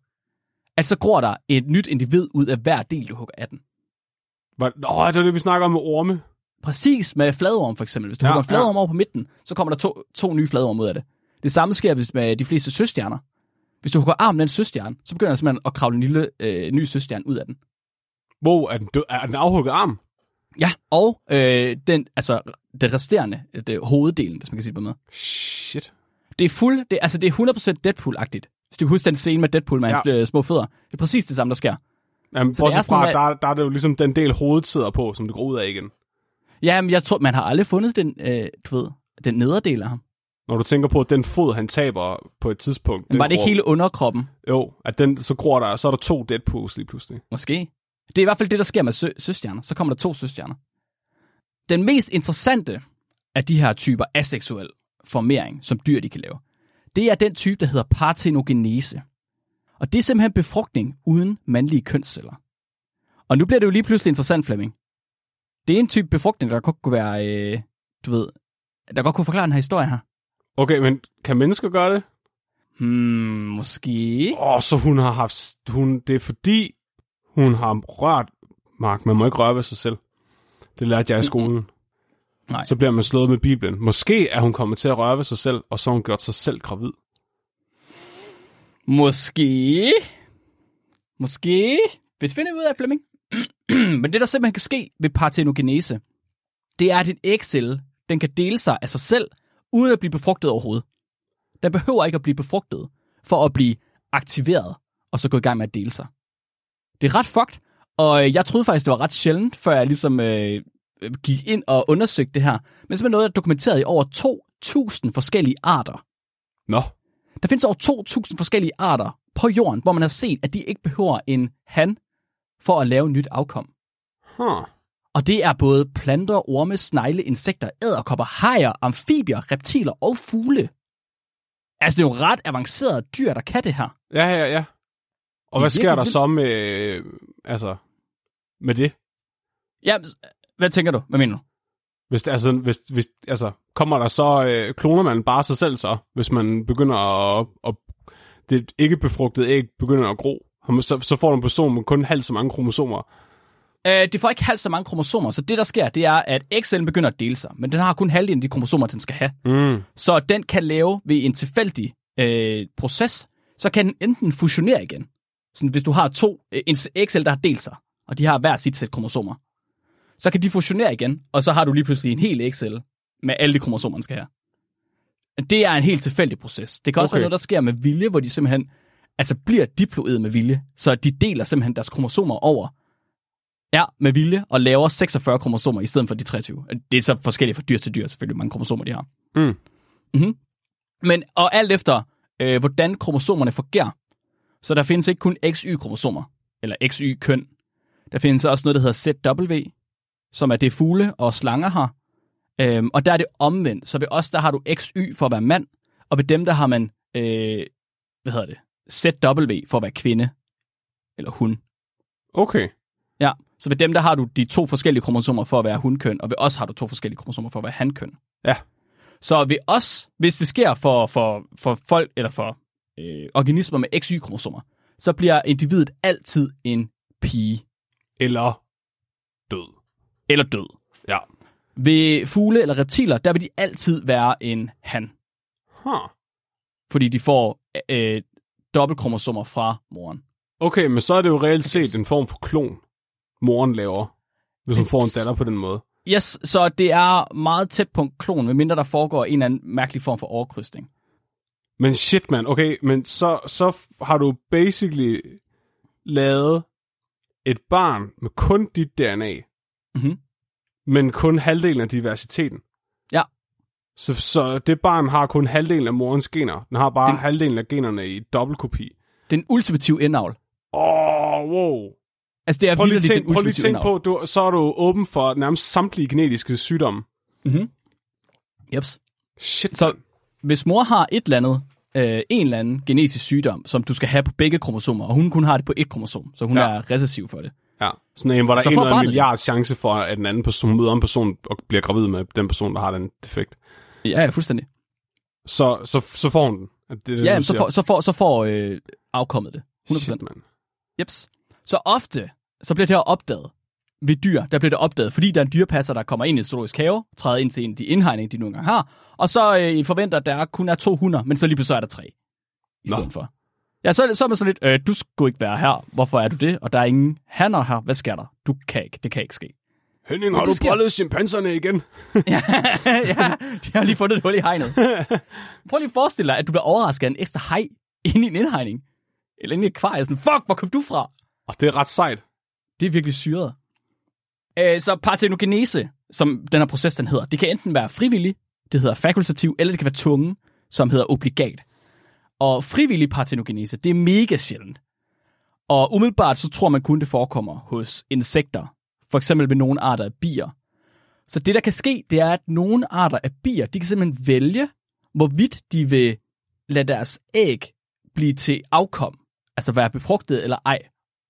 Speaker 1: at så gror der et nyt individ ud af hver del, du hugger af den.
Speaker 2: Var- Nå, det var det, vi snakker om med orme.
Speaker 1: Præcis med fladorm for eksempel. Hvis du
Speaker 2: Ja,
Speaker 1: ja, hugger en
Speaker 2: ja.
Speaker 1: fladorm over på midten, så kommer der to, to nye fladorm ud af det. Det samme sker hvis med de fleste søstjerner. Hvis du hugger armen af en søstjerne, så begynder der simpelthen at kravle en lille øh, ny søstjerne ud af den.
Speaker 2: Hvor er den, død, er den afhugget arm?
Speaker 1: Ja, og øh, den, altså, det resterende, øh, det, hoveddelen, hvis man kan sige det på med.
Speaker 2: Shit.
Speaker 1: Det er fuld, det, altså det er 100% Deadpool-agtigt. Hvis du husker den scene med Deadpool med ja. hans øh, små fødder. Det er præcis det samme, der sker.
Speaker 2: Jamen,
Speaker 1: Så
Speaker 2: så
Speaker 1: det er
Speaker 2: bortset
Speaker 1: sådan,
Speaker 2: fra,
Speaker 1: at-
Speaker 2: der, der er det jo ligesom den del, hovedet sidder på, som det går ud af igen.
Speaker 1: Ja, men jeg tror, man har aldrig fundet den, øh, du ved, den nederdel af ham.
Speaker 2: Når du tænker på, at den fod, han taber på et tidspunkt...
Speaker 1: Men
Speaker 2: den
Speaker 1: var det ikke
Speaker 2: gror-
Speaker 1: hele underkroppen?
Speaker 2: Jo, at den, så gror der, så er der to Deadpools lige pludselig.
Speaker 1: Måske. Det er i hvert fald det, der sker med sø- søstjerner. Så kommer der to søstjerner. Den mest interessante af de her typer aseksuel formering, som dyr de kan lave, det er den type, der hedder partenogenese. Og det er simpelthen befrugtning uden mandlige kønsceller. Og nu bliver det jo lige pludselig interessant, Flemming. Det er en type befrugtning, der godt kunne være, øh, du ved, der godt kunne forklare den her historie her.
Speaker 2: Okay, men kan mennesker gøre det?
Speaker 1: Hmm, måske.
Speaker 2: Åh, oh, så hun har haft... s- Hun, det er fordi, hun har rørt... Mark, man må ikke røre ved sig selv. Det lærte jeg i skolen.
Speaker 1: Nej.
Speaker 2: Så bliver man slået med Bibelen. Måske er hun kommet til at røre ved sig selv, og så har hun gjort sig selv gravid.
Speaker 1: Måske. Måske. Vi finder ud af, Flemming. Men det, der simpelthen kan ske ved partenogenese, det er, at en ægcelle, den kan dele sig af sig selv, uden at blive befrugtet overhovedet. Den behøver ikke at blive befrugtet, for at blive aktiveret, og så gå i gang med at dele sig. Det er ret fucked, og øh, jeg troede faktisk, det var ret sjældent, før jeg ligesom øh, gik ind og undersøgte det her. Men simpelthen noget, der er dokumenteret i over 2.000 forskellige arter.
Speaker 2: Nå,
Speaker 1: Der findes over 2.000 forskellige arter på jorden, hvor man har set, at de ikke behøver en han for at lave nyt afkom.
Speaker 2: huh.
Speaker 1: Og det er både planter, orme, snegle, insekter, æderkopper, hajer, amfibier, reptiler og fugle. Altså, det er jo ret avancerede dyr, der kan det her.
Speaker 2: Ja, ja, ja. Og
Speaker 1: Det er
Speaker 2: hvad sker der
Speaker 1: virkelig
Speaker 2: så med, øh, altså, med det?
Speaker 1: Ja, hvad tænker du? Hvad mener du?
Speaker 2: Hvis, det- altså, hvis, hvis, altså, kommer der så, øh, kloner man bare sig selv så, hvis man begynder at, at det ikke befrugtede æg begynder at gro? Har man- Så, så får du en person med kun halvt så mange kromosomer.
Speaker 1: Øh, det får ikke halvt så mange kromosomer, så det, der sker, det er, at ægcellen begynder at dele sig. Men den har kun halvdelen af de kromosomer, den skal have.
Speaker 2: Mm.
Speaker 1: Så den kan lave ved en tilfældig øh, proces, så kan den enten fusionere igen. Så hvis du har to, øh, en ægcelle, der har delt sig, og de har hver sit sæt kromosomer, så kan de fusionere igen, og så har du lige pludselig en hel ægcelle med alle de kromosomer, den skal have. Det er en helt tilfældig proces. Det kan også
Speaker 2: Okay.
Speaker 1: okay. være noget, der sker med vilje, hvor de simpelthen altså bliver diploid med vilje, så de deler simpelthen deres kromosomer over Ja, med vilje, og laver 46 kromosomer i stedet for de 23. Det er så forskelligt fra dyr til dyr, selvfølgelig, hvor mange kromosomer de har.
Speaker 2: Mm.
Speaker 1: Mm-hmm. Men, og alt efter, øh, hvordan kromosomerne fungerer, så der findes ikke kun XY-kromosomer, eller XY-køn. Der findes også noget, der hedder ZW, som er det fugle og slanger har. Øhm, og der er det omvendt, så ved os, der har du XY for at være mand, og ved dem, der har man, øh, hvad hedder det, ZW for at være kvinde, eller hun.
Speaker 2: Okay.
Speaker 1: Ja, så ved dem der har du de to forskellige kromosomer for at være hunkøn, og ved os har du to forskellige kromosomer for at være hankøn.
Speaker 2: Ja.
Speaker 1: Så ved os, hvis det sker for, for, for folk, eller for øh, organismer med XY-kromosomer, så bliver individet altid en pige
Speaker 2: Eller død.
Speaker 1: eller død.
Speaker 2: Ja.
Speaker 1: Ved fugle eller reptiler, der vil de altid være en han,
Speaker 2: Huh.
Speaker 1: fordi de får øh, dobbeltkromosomer fra moren.
Speaker 2: Okay, men så er det jo reelt set en form for klon, moren laver, hvis hun får en datter på den måde.
Speaker 1: Yes, så det er meget tæt på en klon, medmindre der foregår en eller anden mærkelig form for overkrydning.
Speaker 2: Men shit, man. Okay, men så, så har du basically lavet et barn med kun dit DNA.
Speaker 1: Mhm.
Speaker 2: Men kun halvdelen af diversiteten.
Speaker 1: Ja.
Speaker 2: Så, så det barn har kun halvdelen af morens gener. Den har bare
Speaker 1: Den-
Speaker 2: den... halvdelen af generne i dobbeltkopi.
Speaker 1: Den ultimative indavl.
Speaker 2: Åh, oh, wow.
Speaker 1: Altså, det er
Speaker 2: Prøv lige
Speaker 1: virkelig
Speaker 2: tænk,
Speaker 1: den
Speaker 2: prøv lige
Speaker 1: ultimative
Speaker 2: tænk
Speaker 1: indavl.
Speaker 2: på, du, så er du åben for nærmest samtlige genetiske sygdomme.
Speaker 1: Jeps.
Speaker 2: Shit.
Speaker 1: Så hvis mor har et eller andet øh, en eller anden genetisk sygdom, som du skal have på begge kromosomer, og hun kun har det på et kromosom, så hun
Speaker 2: Ja.
Speaker 1: ja. er recessiv for det.
Speaker 2: Ja. Sådan en, hvor der
Speaker 1: Så
Speaker 2: er en
Speaker 1: får
Speaker 2: eller anden
Speaker 1: barnet det.
Speaker 2: milliard chance for, at en anden person møder en person og bliver gravid med den person, der har den defekt.
Speaker 1: Ja, ja fuldstændig.
Speaker 2: Så, så, så får hun den. Er Det, det,
Speaker 1: Ja,
Speaker 2: du
Speaker 1: så
Speaker 2: siger?
Speaker 1: får, så får, så får øh, afkommet det. 100%.
Speaker 2: Shit, mand.
Speaker 1: Jeps. Så ofte, så bliver det her opdaget ved dyr, der bliver det opdaget, fordi der er en dyrepasser, der kommer ind i en zoologisk have, træder ind til en af de indhegninger, de nogle gange har, og så øh, forventer, at der kun er to hunder, men så lige pludselig er der tre. I
Speaker 2: Nå.
Speaker 1: stedet for. Ja, så, er det- så er man sådan lidt, øh, du skulle ikke være her, hvorfor er du det? Og der er ingen hanner her, hvad sker der? Du kan ikke, det kan ikke ske.
Speaker 2: Henning, har
Speaker 1: det
Speaker 2: du
Speaker 1: sker.
Speaker 2: bollet chimpanserne igen?
Speaker 1: ja, ja, de har lige fundet et hul i hegnet. Prøv lige at forestille dig, at du bliver overrasket af en ekstra hej inde i en indhegning. Eller inde i et kvar, sådan, fuck, hvor kom du fra?
Speaker 2: Og det er ret sejt.
Speaker 1: Det er virkelig syret. Øh, så partenogenese, som den her proces, den hedder, det kan enten være frivillig, det hedder fakultativ, eller det kan være tunge, som hedder obligat. Og frivillig partenogenese, det er mega sjældent. Og umiddelbart så tror man kun, det forekommer hos insekter. For eksempel ved nogle arter af bier. Så det, der kan ske, det er, at nogle arter af bier, de kan simpelthen vælge, hvorvidt de vil lade deres æg blive til afkom. Altså være befrugtet eller ej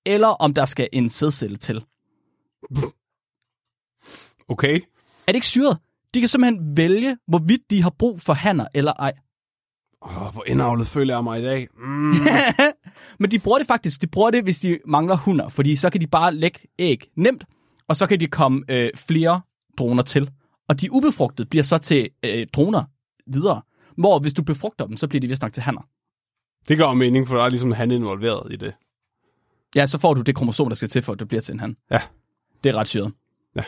Speaker 1: eller om der skal en sædcelle til.
Speaker 2: Okay.
Speaker 1: Er det ikke syret? De kan simpelthen vælge, hvorvidt de har brug for hanner eller ej.
Speaker 2: Åh, hvor indavlet føler jeg mig i dag. Mm.
Speaker 1: Men de bruger det faktisk. De bruger det, hvis de mangler hunder, fordi så kan de bare lægge æg nemt, og så kan de komme øh, flere droner til. Og de ubefrugtede bliver så til øh, droner videre. Hvor hvis du befrugter dem, så bliver de vist nok til hanner.
Speaker 2: Det gør mening, for der er ligesom han involveret i det.
Speaker 1: Ja, så får du det kromosom, der skal til, for at det bliver til en han.
Speaker 2: Ja.
Speaker 1: Det er ret syret.
Speaker 2: Ja.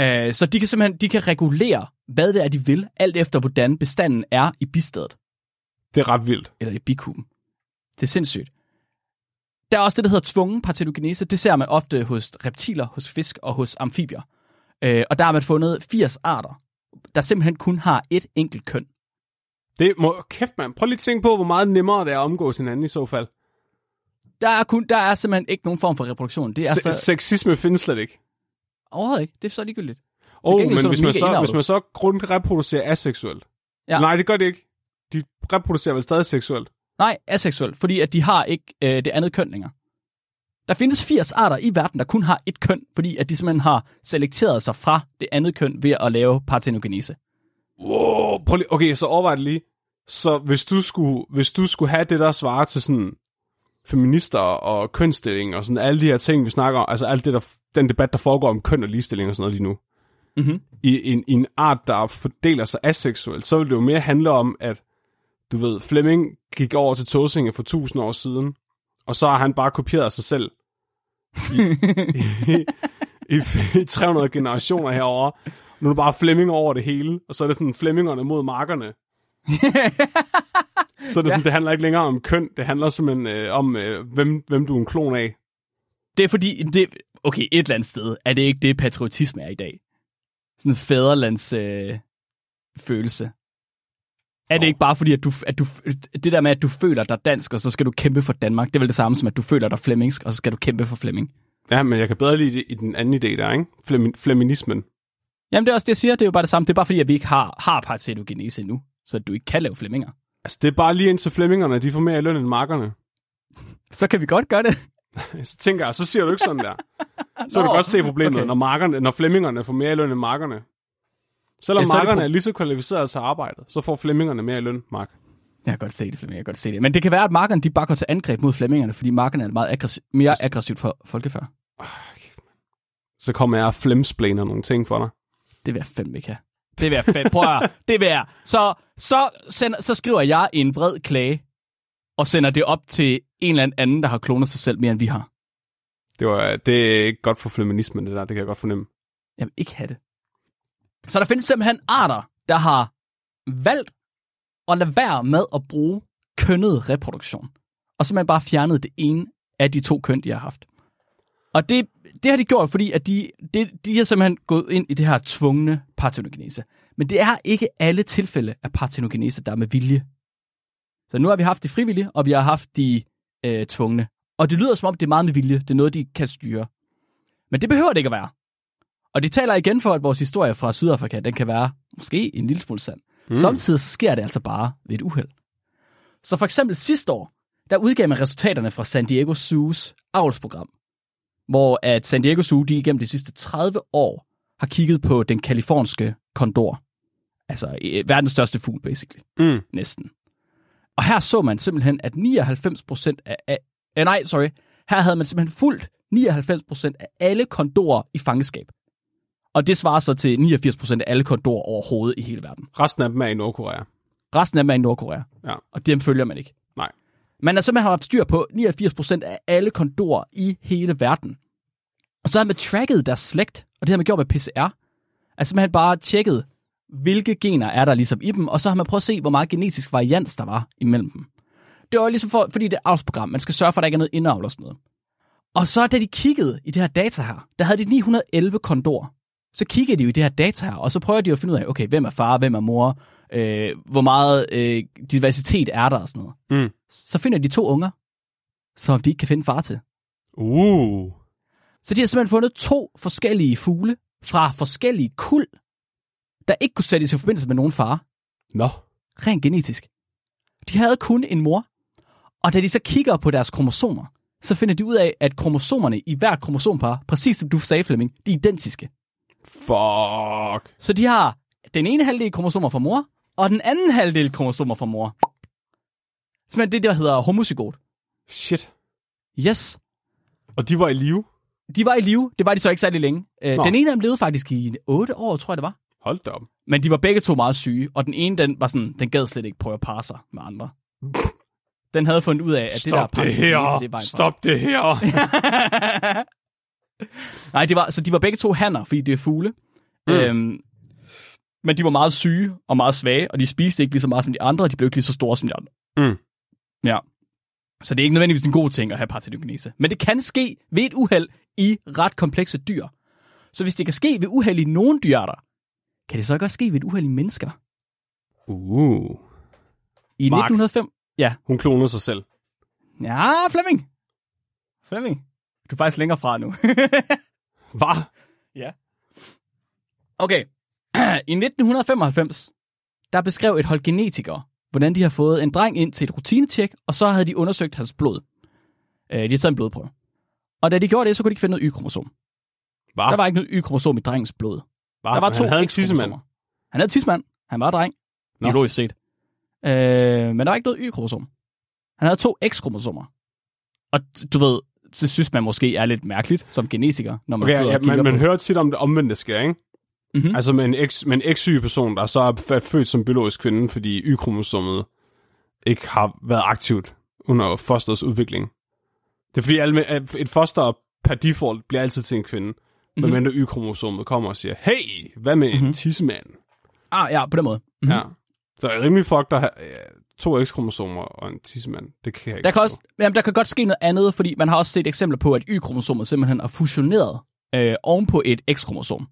Speaker 1: Øh, så de kan simpelthen de kan regulere, hvad det er, de vil, alt efter, hvordan bestanden er i bistedet,
Speaker 2: Det er ret vildt.
Speaker 1: eller i bikuben. Det er sindssygt. Der er også det, der hedder tvungen partenogenese. Det ser man ofte hos reptiler, hos fisk og hos amfibier. Øh, og der har man fundet 80 arter, der simpelthen kun har et enkelt køn.
Speaker 2: Det må, kæft, mand. Prøv lige at tænke på, hvor meget nemmere det er at omgås hinanden i så fald.
Speaker 1: Der er, kun, der er simpelthen ikke nogen form for reproduktion. Det er
Speaker 2: Se-
Speaker 1: så
Speaker 2: Sexisme findes slet ikke.
Speaker 1: overhovedet ikke. Det er så ligegyldigt.
Speaker 2: Åh, oh,
Speaker 1: gengæld så er
Speaker 2: men
Speaker 1: du
Speaker 2: hvis man,
Speaker 1: mega
Speaker 2: så,
Speaker 1: indavlet.
Speaker 2: hvis man så kun reproducerer aseksuelt. Ja.
Speaker 1: Ja.
Speaker 2: Nej, det gør det ikke. De reproducerer vel stadig seksuelt.
Speaker 1: Nej, aseksuel, fordi at de har ikke øh, det andet køn længere. Der findes 80 arter i verden, der kun har et køn, fordi at de simpelthen har selekteret sig fra det andet køn ved at lave partenogenese.
Speaker 2: Wow, prøv lige. Okay, så overvej det lige. Så hvis du, skulle, hvis du skulle have det, der svarer til sådan feminister og kønsstilling og sådan alle de her ting, vi snakker om, altså alt det, der, den debat, der foregår om køn og ligestilling og sådan noget lige nu,
Speaker 1: Mhm.
Speaker 2: i, en, i en art, der fordeler sig aseksuelt, så vil det jo mere handle om, at du ved, Flemming gik over til Tåsinge for tusind år siden, og så har han bare kopieret sig selv i, i, i 300 generationer herover. Nu er der bare Flemming over det hele, og så er det sådan Flemmingerne mod markerne. så er det sådan, ja. det handler ikke længere om køn, det handler simpelthen øh, om, øh, hvem, hvem du er en klon af.
Speaker 1: Det er fordi, det, okay, et eller andet sted er det ikke det, patriotisme er i dag. Sådan en fædrelands øh, følelse. Er det
Speaker 2: Jo.
Speaker 1: ikke bare fordi, at du, at du, det der med, at du føler dig dansk, og så skal du kæmpe for Danmark, det er vel det samme som, at du føler dig flemmingsk, og så skal du kæmpe for flemming.
Speaker 2: Ja, men jeg kan bedre lide det i den anden idé der, ikke? Flemi- Fleminismen.
Speaker 1: Jamen det er også det, jeg siger, det er jo bare det samme. Det er bare fordi, at vi ikke har, har partenogenese endnu, så du ikke kan lave flemminger.
Speaker 2: Altså, det er bare lige indtil Flemmingerne, de får mere i løn end markerne.
Speaker 1: Så kan vi godt gøre det.
Speaker 2: Så tænker jeg, så siger du ikke sådan der. Så kan du
Speaker 1: Nå,
Speaker 2: godt se problemet, okay.
Speaker 1: okay.
Speaker 2: når, markerne, når flemmingerne får mere i løn end markerne. Selvom
Speaker 1: Ja,
Speaker 2: ja,
Speaker 1: så er det
Speaker 2: markerne
Speaker 1: pro-
Speaker 2: er lige så kvalificerede til arbejdet, så får flemmingerne mere i løn, Mark.
Speaker 1: Jeg kan godt se det, Flemming, jeg kan godt se det. Men det kan være, at markerne de bare går til angreb mod flemmingerne, fordi markerne er et meget aggressiv, mere aggressivt for folkefærd.
Speaker 2: Så kommer jeg og flemsplaner nogle ting for dig.
Speaker 1: Det vil jeg fandme ikke have. Det vil jeg fandme. Prøv at høre. Det vil jeg. Så, så, sender, så skriver jeg en vred klage, og sender det op til en eller anden, der har klonet sig selv mere, end vi har.
Speaker 2: Det, var, det er ikke godt for feminismen, det der. Det kan jeg godt fornemme.
Speaker 1: Jeg vil ikke have det. Så der findes simpelthen arter, der har valgt at lade være med at bruge kønnet reproduktion. Og simpelthen bare fjernet det ene af de to køn, de har haft. Og det, det har de gjort, fordi at de, de, de har simpelthen gået ind i det her tvungne partenogenese. Men det er ikke alle tilfælde af partenogenese, der er med vilje. Så nu har vi haft de frivillige, og vi har haft de øh, tvungne. Og det lyder som om, det er meget med vilje. Det er noget, de kan styre. Men det behøver det ikke at være. Og det taler igen for, at vores historie fra Sydafrika, den kan være måske en lille smule sand. Mm. Samtidig sker det altså bare ved et uheld. Så for eksempel sidste år, der udgav man resultaterne fra San Diego Zoo's avlsprogram, hvor at San Diego Zoo, de igennem de sidste 30 år, har kigget på den kaliforniske kondor. Altså øh, verdens største fugl, basically.
Speaker 2: Mm.
Speaker 1: Næsten. Og her så man simpelthen, at 99% af... af øh, nej, sorry. Her havde man simpelthen fuldt 99% af alle kondorer i fangenskab. Og det svarer så til 89% af alle kondorer overhovedet i hele verden.
Speaker 2: Resten af dem er i Nordkorea.
Speaker 1: Resten af dem er i Nordkorea.
Speaker 2: Ja.
Speaker 1: Og dem følger man ikke.
Speaker 2: Nej.
Speaker 1: Man har simpelthen haft styr på 89% af alle kondorer i hele verden. Og så har man tracket deres slægt, og det har man gjort med PCR. Altså man har bare tjekket, hvilke gener er der ligesom i dem, og så har man prøvet at se, hvor meget genetisk varians der var imellem dem. Det var jo ligesom for, fordi det er avlsprogram, man skal sørge for, at der ikke er noget indavl og sådan noget. Og så da de kiggede i det her data her, der havde de 911 kondorer. Så kiggede de jo i det her data her, og så prøver de jo at finde ud af, okay, hvem er far, hvem er mor, øh, hvor meget øh, diversitet er der og sådan noget
Speaker 2: Mm.
Speaker 1: så finder de to unger, som de ikke kan finde far til.
Speaker 2: Uh.
Speaker 1: Så de har simpelthen fundet to forskellige fugle fra forskellige kuld, der ikke kunne sættes i forbindelse med nogen far,
Speaker 2: Nå.
Speaker 1: rent genetisk. De havde kun en mor, og da de så kigger på deres kromosomer, så finder de ud af, at kromosomerne i hvert kromosompar, præcis som du sagde, Flemming, de er identiske.
Speaker 2: Fuck.
Speaker 1: Så de har den ene halvdel kromosomer fra mor, og den anden halvdel kromosomer fra mor. Simpelthen det, der hedder homozygot.
Speaker 2: Shit.
Speaker 1: Yes.
Speaker 2: Og de var i live?
Speaker 1: De var i live. Det var de så ikke særlig længe. Øh,
Speaker 2: Nå.
Speaker 1: den ene af dem levede faktisk i 8 år, tror jeg det var.
Speaker 2: Hold da op.
Speaker 1: Men de var begge to meget syge, og den ene, den var sådan, den gad slet ikke prøve at parre sig med andre. Den havde fundet ud af, at det der
Speaker 2: Stop det,
Speaker 1: parkinsonisme,
Speaker 2: her.
Speaker 1: det var en
Speaker 2: Stop det her.
Speaker 1: fejl. Nej, det var, så de var begge to hanner, fordi det er fugle. Mm.
Speaker 2: Mm.
Speaker 1: Øhm, men de var meget syge og meget svage, og de spiste ikke lige så meget som de andre, og de blev ikke lige så store som de andre.
Speaker 2: Mm.
Speaker 1: Ja. Så det er ikke nødvendigvis en god ting at have partenogenese. Men det kan ske ved et uheld i ret komplekse dyr. Så hvis det kan ske ved uheld i nogle dyrearter, kan det så godt ske ved et uheld i mennesker.
Speaker 2: Uh.
Speaker 1: I
Speaker 2: Mark.
Speaker 1: 1905...
Speaker 2: Hun klonede sig selv.
Speaker 1: Ja, Flemming. Flemming. Du er faktisk længere fra nu.
Speaker 2: Hvad?
Speaker 1: okay. I 1995, der beskrev et hold genetikere, hvordan de har fået en dreng ind til et rutinetjek, og så havde de undersøgt hans blod. Øh, De havde taget en blodprøve. Og da de gjorde det, så kunne de ikke finde noget Y-kromosom.
Speaker 2: Hvad?
Speaker 1: Der var ikke noget Y-kromosom i drengens blod.
Speaker 2: Hvad?
Speaker 1: Der var
Speaker 2: Ah, Han
Speaker 1: to
Speaker 2: havde en tissemand.
Speaker 1: X-kromosomer. Han havde tissemand. Han var dreng.
Speaker 2: Nå.
Speaker 1: Biologisk set. Øh, men der var ikke noget Y-kromosom. Han havde to X-kromosomer. Og d- du ved, det synes man måske er lidt mærkeligt som genetiker, når man
Speaker 2: Okay,
Speaker 1: sidder
Speaker 2: ja,
Speaker 1: og kigger
Speaker 2: man, man
Speaker 1: på.
Speaker 2: hører tit om det omvendte sker, ikke?
Speaker 1: Mhm.
Speaker 2: Altså med en, X, med en X-syge person, der så er f- født som biologisk kvinde, fordi Y-kromosomet ikke har været aktivt under fosterets udvikling. Det er fordi, alle med, at et foster per default bliver altid til en kvinde,
Speaker 1: Mhm.
Speaker 2: mm-hmm. medmindre Y-kromosomet kommer og siger, hey, hvad med
Speaker 1: Mhm.
Speaker 2: mm-hmm. en tissemand? Mm-hmm.
Speaker 1: Ah, ja, på den måde. Mm-hmm.
Speaker 2: Ja. Så er det rimelig fucked at have ja, to X-kromosomer og en tissemand. Det kan jeg ikke
Speaker 1: Der kan,
Speaker 2: forstå.
Speaker 1: også, jamen, der kan godt ske noget andet, fordi man har også set eksempler på, at Y-kromosomet simpelthen er fusioneret øh, ovenpå et X-kromosom.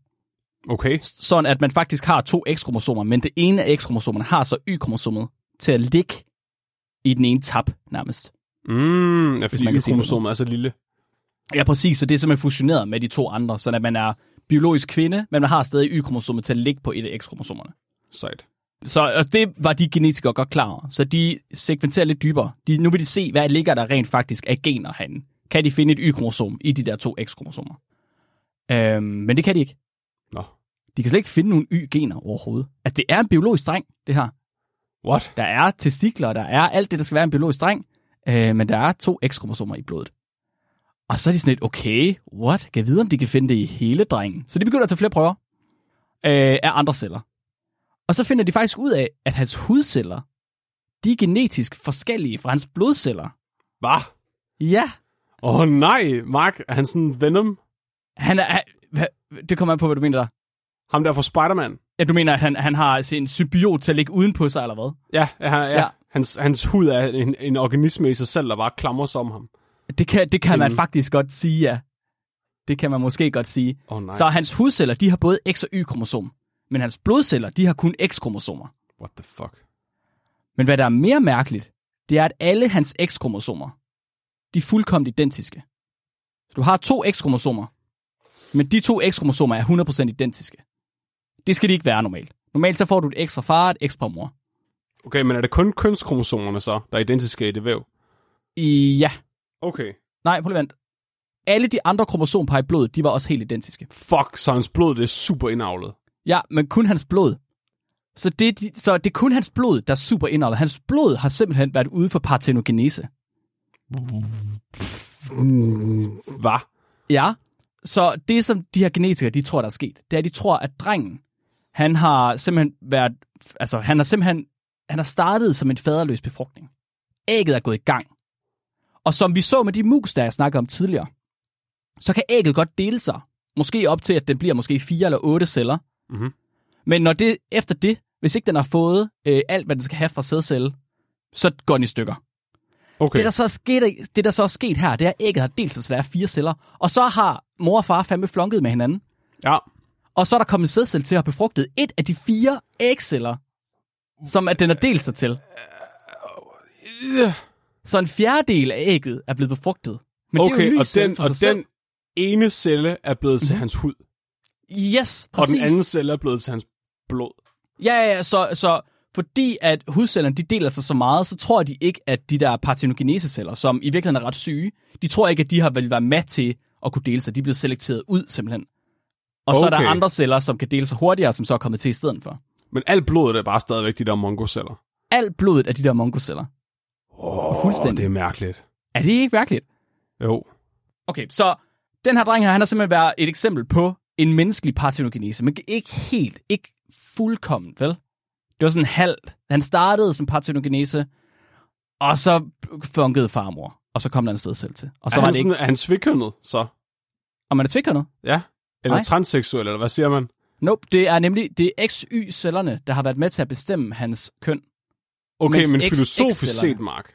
Speaker 2: Okay,
Speaker 1: Sådan at man faktisk har to X-kromosomer, men det ene af X-kromosomerne har så Y-kromosomet til at ligge i den ene tab nærmest.
Speaker 2: mm, ja, fordi
Speaker 1: man kan sige det.
Speaker 2: Y-kromosomet er så lille.
Speaker 1: Ja, præcis. Så det er simpelthen fusioneret med de to andre, sådan at man er biologisk kvinde, men man har stadig Y-kromosomet til at ligge på et af X-kromosomerne.
Speaker 2: Sejt.
Speaker 1: Så og det var de genetikere godt klar over. Så de sekventerer lidt dybere. De, nu vil de se, hvad ligger der rent faktisk af gener herinde. Kan de finde et Y-kromosom i de der to X-kromosomer? Øhm, men det kan de ikke.
Speaker 2: Nå,
Speaker 1: De kan slet ikke finde nogen Y-gener overhovedet. At det er en biologisk dreng, det her.
Speaker 2: what?
Speaker 1: Der er testikler, der er alt det, der skal være en biologisk dreng, øh, men der er to X-kromosomer i blodet. Og så er de sådan lidt, okay, what? Kan jeg vide, om de kan finde det i hele drengen? Så de begynder at tage flere prøver øh, af andre celler. Og så finder de faktisk ud af, at hans hudceller, de er genetisk forskellige fra hans blodceller.
Speaker 2: Hvad?
Speaker 1: Ja,
Speaker 2: Åh oh, nej, Mark, er han sådan Venom?
Speaker 1: han er... Han, hva- det kommer an på, hvad du mener der.
Speaker 2: Ham der fra Spider-Man?
Speaker 1: Ja, du mener, at han, han har sin symbiot til at ligge uden på sig, eller hvad?
Speaker 2: Ja, ja, ja. ja.
Speaker 1: Ja.
Speaker 2: Hans, hans hud er en, en organisme i sig selv, der bare klamrer sig om ham.
Speaker 1: Det kan, det kan man
Speaker 2: Mhm.
Speaker 1: faktisk godt sige, ja. Det kan man måske godt sige.
Speaker 2: Åh oh, nej,
Speaker 1: Så hans hudceller, de har både X- og Y-kromosom. Men hans blodceller, de har kun X-kromosomer.
Speaker 2: what the fuck.
Speaker 1: Men hvad der er mere mærkeligt, det er, at alle hans X-kromosomer, de er fuldkommen identiske. Så du har to X-kromosomer, men de to X-kromosomer er 100% identiske. Det skal de ikke være normalt. Normalt så får du et X fra far og et X fra mor.
Speaker 2: Okay, men er det kun kønskromosomerne så, der er identiske i det væv?
Speaker 1: I, ja.
Speaker 2: Okay.
Speaker 1: Nej, prøv lige at vente. Alle de andre kromosompar i blodet, de var også helt identiske.
Speaker 2: Fuck, så hans blod det er super indavlet.
Speaker 1: Ja, men kun hans blod. Så det, er de- så det er kun hans blod, der er super indavlet. Hans blod har simpelthen været ude for partenogenese.
Speaker 2: Hvad?
Speaker 1: Ja, så det som de her genetikere, de tror, der er sket, det er, at de tror, at drengen, han har simpelthen været, altså han har simpelthen, han har startet som en faderløs befrugtning. Ægget er gået i gang. Og som vi så med de mus, der jeg snakkede om tidligere, så kan ægget godt dele sig. Måske op til, at den bliver måske fire eller otte celler.
Speaker 2: Mhm.
Speaker 1: Men når det, efter det, hvis ikke den har fået øh, alt, hvad den skal have fra sædcelle, så går den i stykker.
Speaker 2: Okay.
Speaker 1: Det der, så er sket, det, der så er sket her, det er, at ægget har delt sig, så der er fire celler. Og så har mor og far fandme flunket med hinanden.
Speaker 2: Ja.
Speaker 1: Og så er der kommet en sædcelle til at have befrugtet et af de fire ægceller, som at den har delt sig til. Så en fjerdedel af ægget er blevet befrugtet. Men det er jo en
Speaker 2: Okay,
Speaker 1: ny
Speaker 2: og
Speaker 1: celle
Speaker 2: den,
Speaker 1: for
Speaker 2: og
Speaker 1: sig
Speaker 2: den ene celle er blevet til hans hud,
Speaker 1: selv. Yes,
Speaker 2: og
Speaker 1: præcis.
Speaker 2: den anden celle er blevet til hans blod.
Speaker 1: Ja, ja, ja, så, så fordi at hudcellerne de deler sig så meget, så tror de ikke, at de der partenogenese-celler, som i virkeligheden er ret syge, de tror ikke, at de har vel været med til at kunne dele sig. De er blevet selekteret ud, simpelthen. Og okay. så er der
Speaker 2: Okay.
Speaker 1: andre celler, som kan dele sig hurtigere, som så er kommet til i stedet for.
Speaker 2: Men alt blodet er bare stadigvæk de der mongoceller.
Speaker 1: Alt blodet er de der mongoceller.
Speaker 2: Oh,
Speaker 1: Fuldstændig.
Speaker 2: Det er mærkeligt.
Speaker 1: Er det ikke mærkeligt?
Speaker 2: Jo.
Speaker 1: Okay, så den her dreng her, han har simpelthen været et eksempel på en menneskelig partenogenese, men ikke helt, ikke fuldkommen, vel? Det var sådan halvt. Han startede som partenogenese, og så funkede farmor, og så kom der en sted selv til. Og så
Speaker 2: er
Speaker 1: var
Speaker 2: han,
Speaker 1: han,
Speaker 2: sådan,
Speaker 1: ikke...
Speaker 2: er han svikkønnet, så?
Speaker 1: Og man er tvikønnet?
Speaker 2: Ja. Eller
Speaker 1: Nej.
Speaker 2: transseksuel, eller hvad siger man?
Speaker 1: Nope, det er nemlig det er XY-cellerne, der har været med til at bestemme hans køn.
Speaker 2: Okay,
Speaker 1: Mens
Speaker 2: men
Speaker 1: X-
Speaker 2: filosofisk
Speaker 1: X-cellerne.
Speaker 2: set, Mark,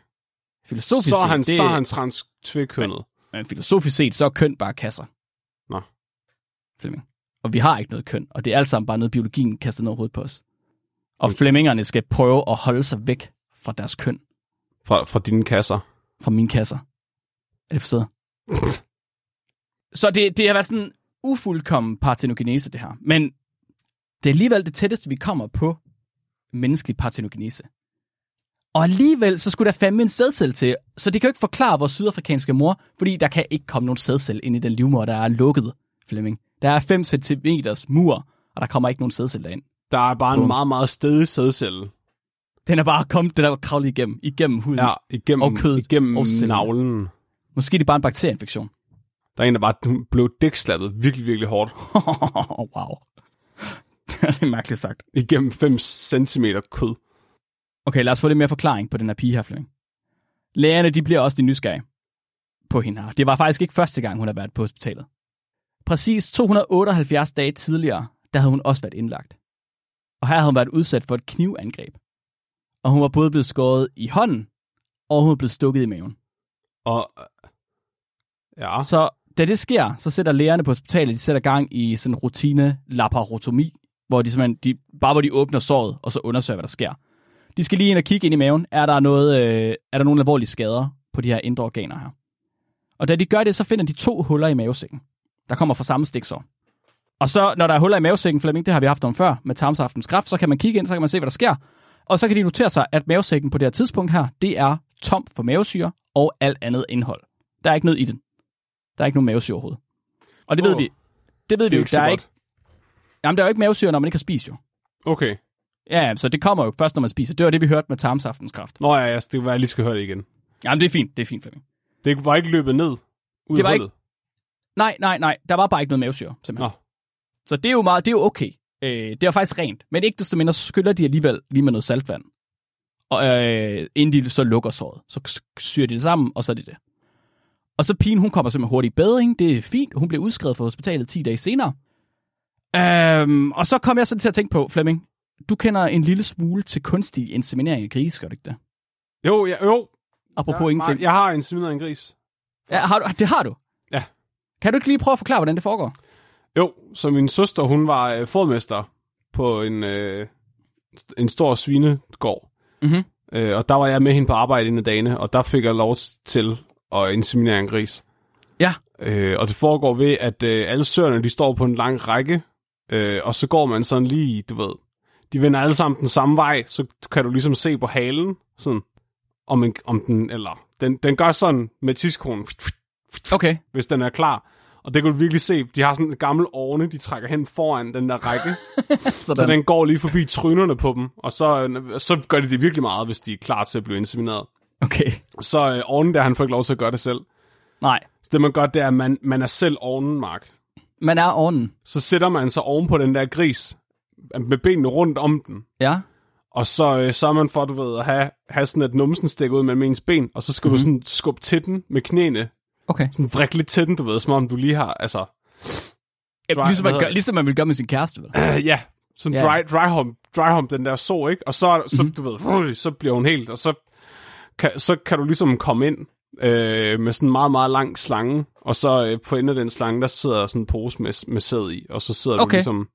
Speaker 1: Filosofisk
Speaker 2: så er
Speaker 1: set,
Speaker 2: han,
Speaker 1: det,
Speaker 2: så er han trans tvekønnet.
Speaker 1: Men filosofisk set, så er køn bare kasser.
Speaker 2: Nå.
Speaker 1: Flemming. Og vi har ikke noget køn, og det er alt sammen bare noget, biologien kaster ned over hovedet på os. Og flemmingerne skal prøve at holde sig væk fra deres køn,
Speaker 2: Fra, fra dine kasser.
Speaker 1: fra mine kasser. Er det forstået? så det, det har været sådan en ufuldkommen partenogenese, det her. Men det er alligevel det tætteste, vi kommer på menneskelig partenogenese. Og alligevel, så skulle der fandme en sædcelle til, så det kan jo ikke forklare vores sydafrikanske mor, fordi der kan ikke komme nogen sædcelle ind i den livmor, der er lukket, Flemming. Der er 5 cm mur, og der kommer ikke nogen sædcelle derind.
Speaker 2: Der er bare
Speaker 1: Bum.
Speaker 2: en meget, meget stedig sædcelle.
Speaker 1: Den er bare kommet, den er kravlet igennem, igennem huden.
Speaker 2: Ja, igennem,
Speaker 1: Og kød.
Speaker 2: igennem
Speaker 1: Og celler.
Speaker 2: navlen.
Speaker 1: Måske er det bare en bakterieinfektion.
Speaker 2: Der er en, der bare blev dækslappet virkelig, virkelig hårdt.
Speaker 1: wow. det er mærkeligt sagt.
Speaker 2: Igennem 5 cm kød.
Speaker 1: Okay, lad os få lidt mere forklaring på den her pige her, Flemming. Lægerne, de bliver også de nysgerrige på hende her. Det var faktisk ikke første gang, hun har været på hospitalet. Præcis 278 dage tidligere, der havde hun også været indlagt. Og her havde hun været udsat for et knivangreb. Og hun var både blevet skåret i hånden, og hun var blevet stukket i maven.
Speaker 2: Og... øh, Ja.
Speaker 1: Så da det sker, så sætter lægerne på hospitalet, de sætter gang i sådan en rutine laparotomi, hvor de simpelthen, de, bare hvor de åbner såret, og så undersøger, hvad der sker. De skal lige ind og kigge ind i maven. Er der, noget, øh, er der nogle alvorlige skader på de her indre organer her? Og da de gør det, så finder de to huller i mavesækken, der kommer fra samme stiksår. Og så, når der er huller i mavesækken, Flemming, det har vi haft om før, med tarmsaftens kraft, så kan man kigge ind, så kan man se, hvad der sker. Og så kan de notere sig, at mavesækken på det her tidspunkt her, det er tom for mavesyre og alt andet indhold. Der er ikke noget i den. Der er ikke nogen mavesyre overhovedet. Og det ved
Speaker 2: Åh,
Speaker 1: vi. Det ved
Speaker 2: Det
Speaker 1: vi
Speaker 2: er
Speaker 1: jo
Speaker 2: ikke
Speaker 1: ikke. Der
Speaker 2: så
Speaker 1: er
Speaker 2: godt.
Speaker 1: ikke, jamen, der er jo ikke mavesyre, når man ikke har spist jo.
Speaker 2: Okay.
Speaker 1: Ja, ja, så det kommer jo først, når man spiser. Det var det, vi hørte med tarmsaftens kraft.
Speaker 2: Nå ja, ja, det var, jeg lige skal høre det igen.
Speaker 1: Jamen, det er fint. Det er fint, Flemming.
Speaker 2: Det var ikke løbet ned ud
Speaker 1: Det
Speaker 2: det
Speaker 1: var
Speaker 2: var
Speaker 1: ikke- Nej, nej, nej. Der var bare ikke noget mavesyre, simpelthen.
Speaker 2: Nå.
Speaker 1: Så det er jo, meget, det er jo okay. Øh, det er faktisk rent. Men ikke desto mindre, så skyller de alligevel lige med noget saltvand. Og øh, inden de så lukker såret, så s- syr de det sammen, og så er det det. Og så pigen, hun kommer simpelthen hurtigt i bedring. Det er fint. Hun blev udskrevet fra hospitalet 10 dage senere. Øhm, og så kom jeg sådan til at tænke på, Flemming, du kender en lille smule til kunstig inseminering af grise, gør du ikke det?
Speaker 2: Jo, ja, jo.
Speaker 1: Apropos ja,
Speaker 2: jeg,
Speaker 1: ingenting.
Speaker 2: Mark, Jeg har en smider en gris.
Speaker 1: Ja, har du, det har du?
Speaker 2: Ja.
Speaker 1: Kan du ikke lige prøve at forklare, hvordan det foregår?
Speaker 2: Jo, så min søster, hun var øh, fodmester på en, øh, en stor svinegård.
Speaker 1: Mhm.
Speaker 2: Øh, og der var jeg med hende på arbejde en af dagene, og der fik jeg lov til at inseminere en gris.
Speaker 1: Ja.
Speaker 2: Øh, og det foregår ved, at øh, alle søerne, de står på en lang række, øh, og så går man sådan lige, du ved, de vender alle sammen den samme vej, så kan du ligesom se på halen, sådan, om, en, om den, eller den, den gør sådan med tidskronen,
Speaker 1: Okay.
Speaker 2: hvis den er klar. Og det kan du virkelig se. De har sådan en gammel ovne, de trækker hen foran den der række. så
Speaker 1: Sådan.
Speaker 2: den går lige forbi trynerne på dem. Og så, så gør de det virkelig meget, hvis de er klar til at blive insemineret.
Speaker 1: Okay.
Speaker 2: Så øh, ovnen der, han får ikke lov til at gøre det selv.
Speaker 1: Nej.
Speaker 2: Så det man gør, det er, at man, man er selv ovnen, Mark.
Speaker 1: Man er ovnen.
Speaker 2: Så sætter man sig oven på den der gris, øh, med benene rundt om den.
Speaker 1: Ja.
Speaker 2: Og så øh, sørger man for, du ved, at have, have sådan, at numsen stikker ud mellem ens ben, og så skal
Speaker 1: Mhm.
Speaker 2: mm-hmm. du sådan skubbe til den med knæene.
Speaker 1: Okay.
Speaker 2: Sådan vrikke lidt til den, du ved, som om du lige har, altså... Dry,
Speaker 1: Ligesom man, gør,
Speaker 2: hvad hedder
Speaker 1: ligesom man vil gøre med sin kæreste, vel?
Speaker 2: det? ja, sådan
Speaker 1: Ja. Mhm.
Speaker 2: dry, dry, hump, dry hump, den der så, ikke? Og så, så mm-hmm. du ved, øh, så bliver hun helt, og så kan, så kan du ligesom komme ind øh, med sådan en meget, meget lang slange, og så øh, på enden af den slange, der sidder sådan en pose med, med sæd i, og så sidder
Speaker 1: Okay.
Speaker 2: du ligesom...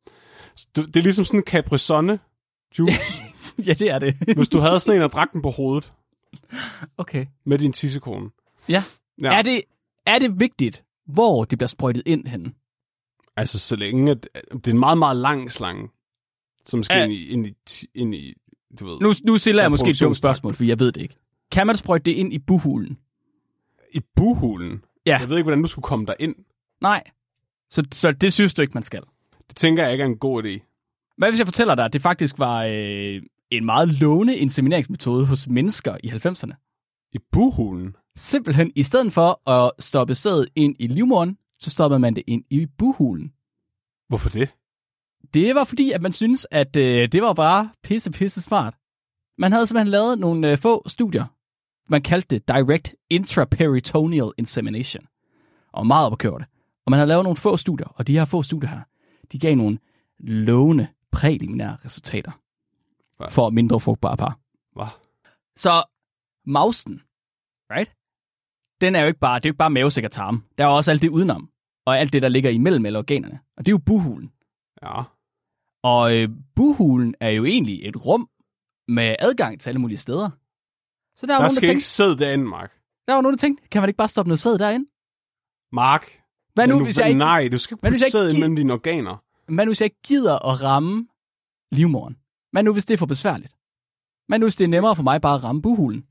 Speaker 2: Du, det er ligesom sådan en caprisonne juice,
Speaker 1: ja, det er det.
Speaker 2: hvis du havde sådan en og drak den på hovedet.
Speaker 1: okay.
Speaker 2: Med din tissekone.
Speaker 1: Ja.
Speaker 2: Ja.
Speaker 1: ja. Er, det, er det vigtigt, hvor det bliver sprøjtet ind henne?
Speaker 2: Altså, så længe... At, det er en meget, meget lang slange, som skal
Speaker 1: Ja.
Speaker 2: ind, i, ind, i, ti- ind i... Du ved...
Speaker 1: Nu, nu stiller jeg måske et dumt
Speaker 2: Produktionstakt.
Speaker 1: spørgsmål, for jeg ved det ikke. Kan man sprøjte det ind i buhulen?
Speaker 2: I buhulen.
Speaker 1: Ja.
Speaker 2: Jeg ved ikke, hvordan du skulle komme der ind.
Speaker 1: Nej. Så, så det synes du ikke, man skal.
Speaker 2: Det tænker jeg ikke er en god idé.
Speaker 1: Hvad hvis jeg fortæller dig, at det faktisk var øh, en meget lovende insemineringsmetode hos mennesker i 90'erne?
Speaker 2: I buhulen?
Speaker 1: Simpelthen, i stedet for at stoppe sædet ind i livmoderen, så stoppede man det ind i buhulen.
Speaker 2: Hvorfor det?
Speaker 1: Det var fordi, at man synes, at øh, det var bare pisse, pisse smart. Man havde simpelthen lavet nogle øh, få studier. Man kaldte det Direct Intraperitoneal Insemination. Og meget op at køre det. Og man havde lavet nogle få studier, og de her få studier her, de gav nogle lovende præliminære resultater
Speaker 2: Hva?
Speaker 1: for mindre frugtbare par.
Speaker 2: Hvad?
Speaker 1: Så mausen, right? Den er jo ikke bare, det er jo ikke bare mavesæk og tarm. Der er jo også alt det udenom. Og alt det, der ligger imellem alle organerne. Og det er jo buhulen.
Speaker 2: Ja.
Speaker 1: Og øh, buhulen er jo egentlig et rum med adgang til alle mulige steder. Så der, var
Speaker 2: Der
Speaker 1: nogen, der,
Speaker 2: skal ikke
Speaker 1: tænkte,
Speaker 2: sidde derinde, Mark.
Speaker 1: der var nogen, der tænkte, kan man ikke bare stoppe noget sæd derind?
Speaker 2: Mark.
Speaker 1: Hvad nu,
Speaker 2: men
Speaker 1: hvis jeg ikke,
Speaker 2: Nej, du skal ikke
Speaker 1: Hvad nu,
Speaker 2: putte
Speaker 1: hvis jeg
Speaker 2: sæd
Speaker 1: ikke
Speaker 2: ind mellem dine organer.
Speaker 1: hvad nu, hvis jeg ikke gider at ramme livmoren? Hvad nu, hvis det er for besværligt? Hvad nu, hvis det er nemmere for mig bare at ramme buhulen?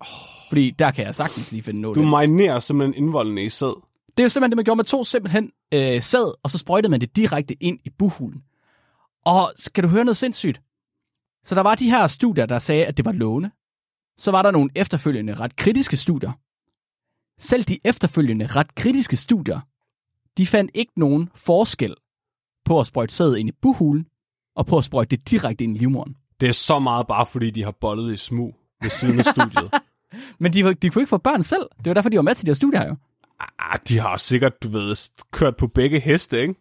Speaker 1: Fordi der kan jeg sagtens lige finde noget.
Speaker 2: Du marinerer simpelthen indvoldene i sæd.
Speaker 1: Det er jo simpelthen det, man gjorde. Man tog simpelthen øh, sæd, og så sprøjtede man det direkte ind i buhulen. Og skal du høre noget sindssygt? Så der var de her studier, der sagde, at det var lovende. Så var der nogle efterfølgende ret kritiske studier. Selv de efterfølgende ret kritiske studier, de fandt ikke nogen forskel på at sprøjte sæd ind i buhulen, og på at sprøjte det direkte ind i livmoderen.
Speaker 2: Det er så meget bare, fordi de har bollet i smug ved siden af studiet.
Speaker 1: Men de, var- de kunne ikke få børn selv. Det var derfor, de var med til de her studier her jo.
Speaker 2: Ah, de har sikkert, du ved, kørt på begge heste, ikke?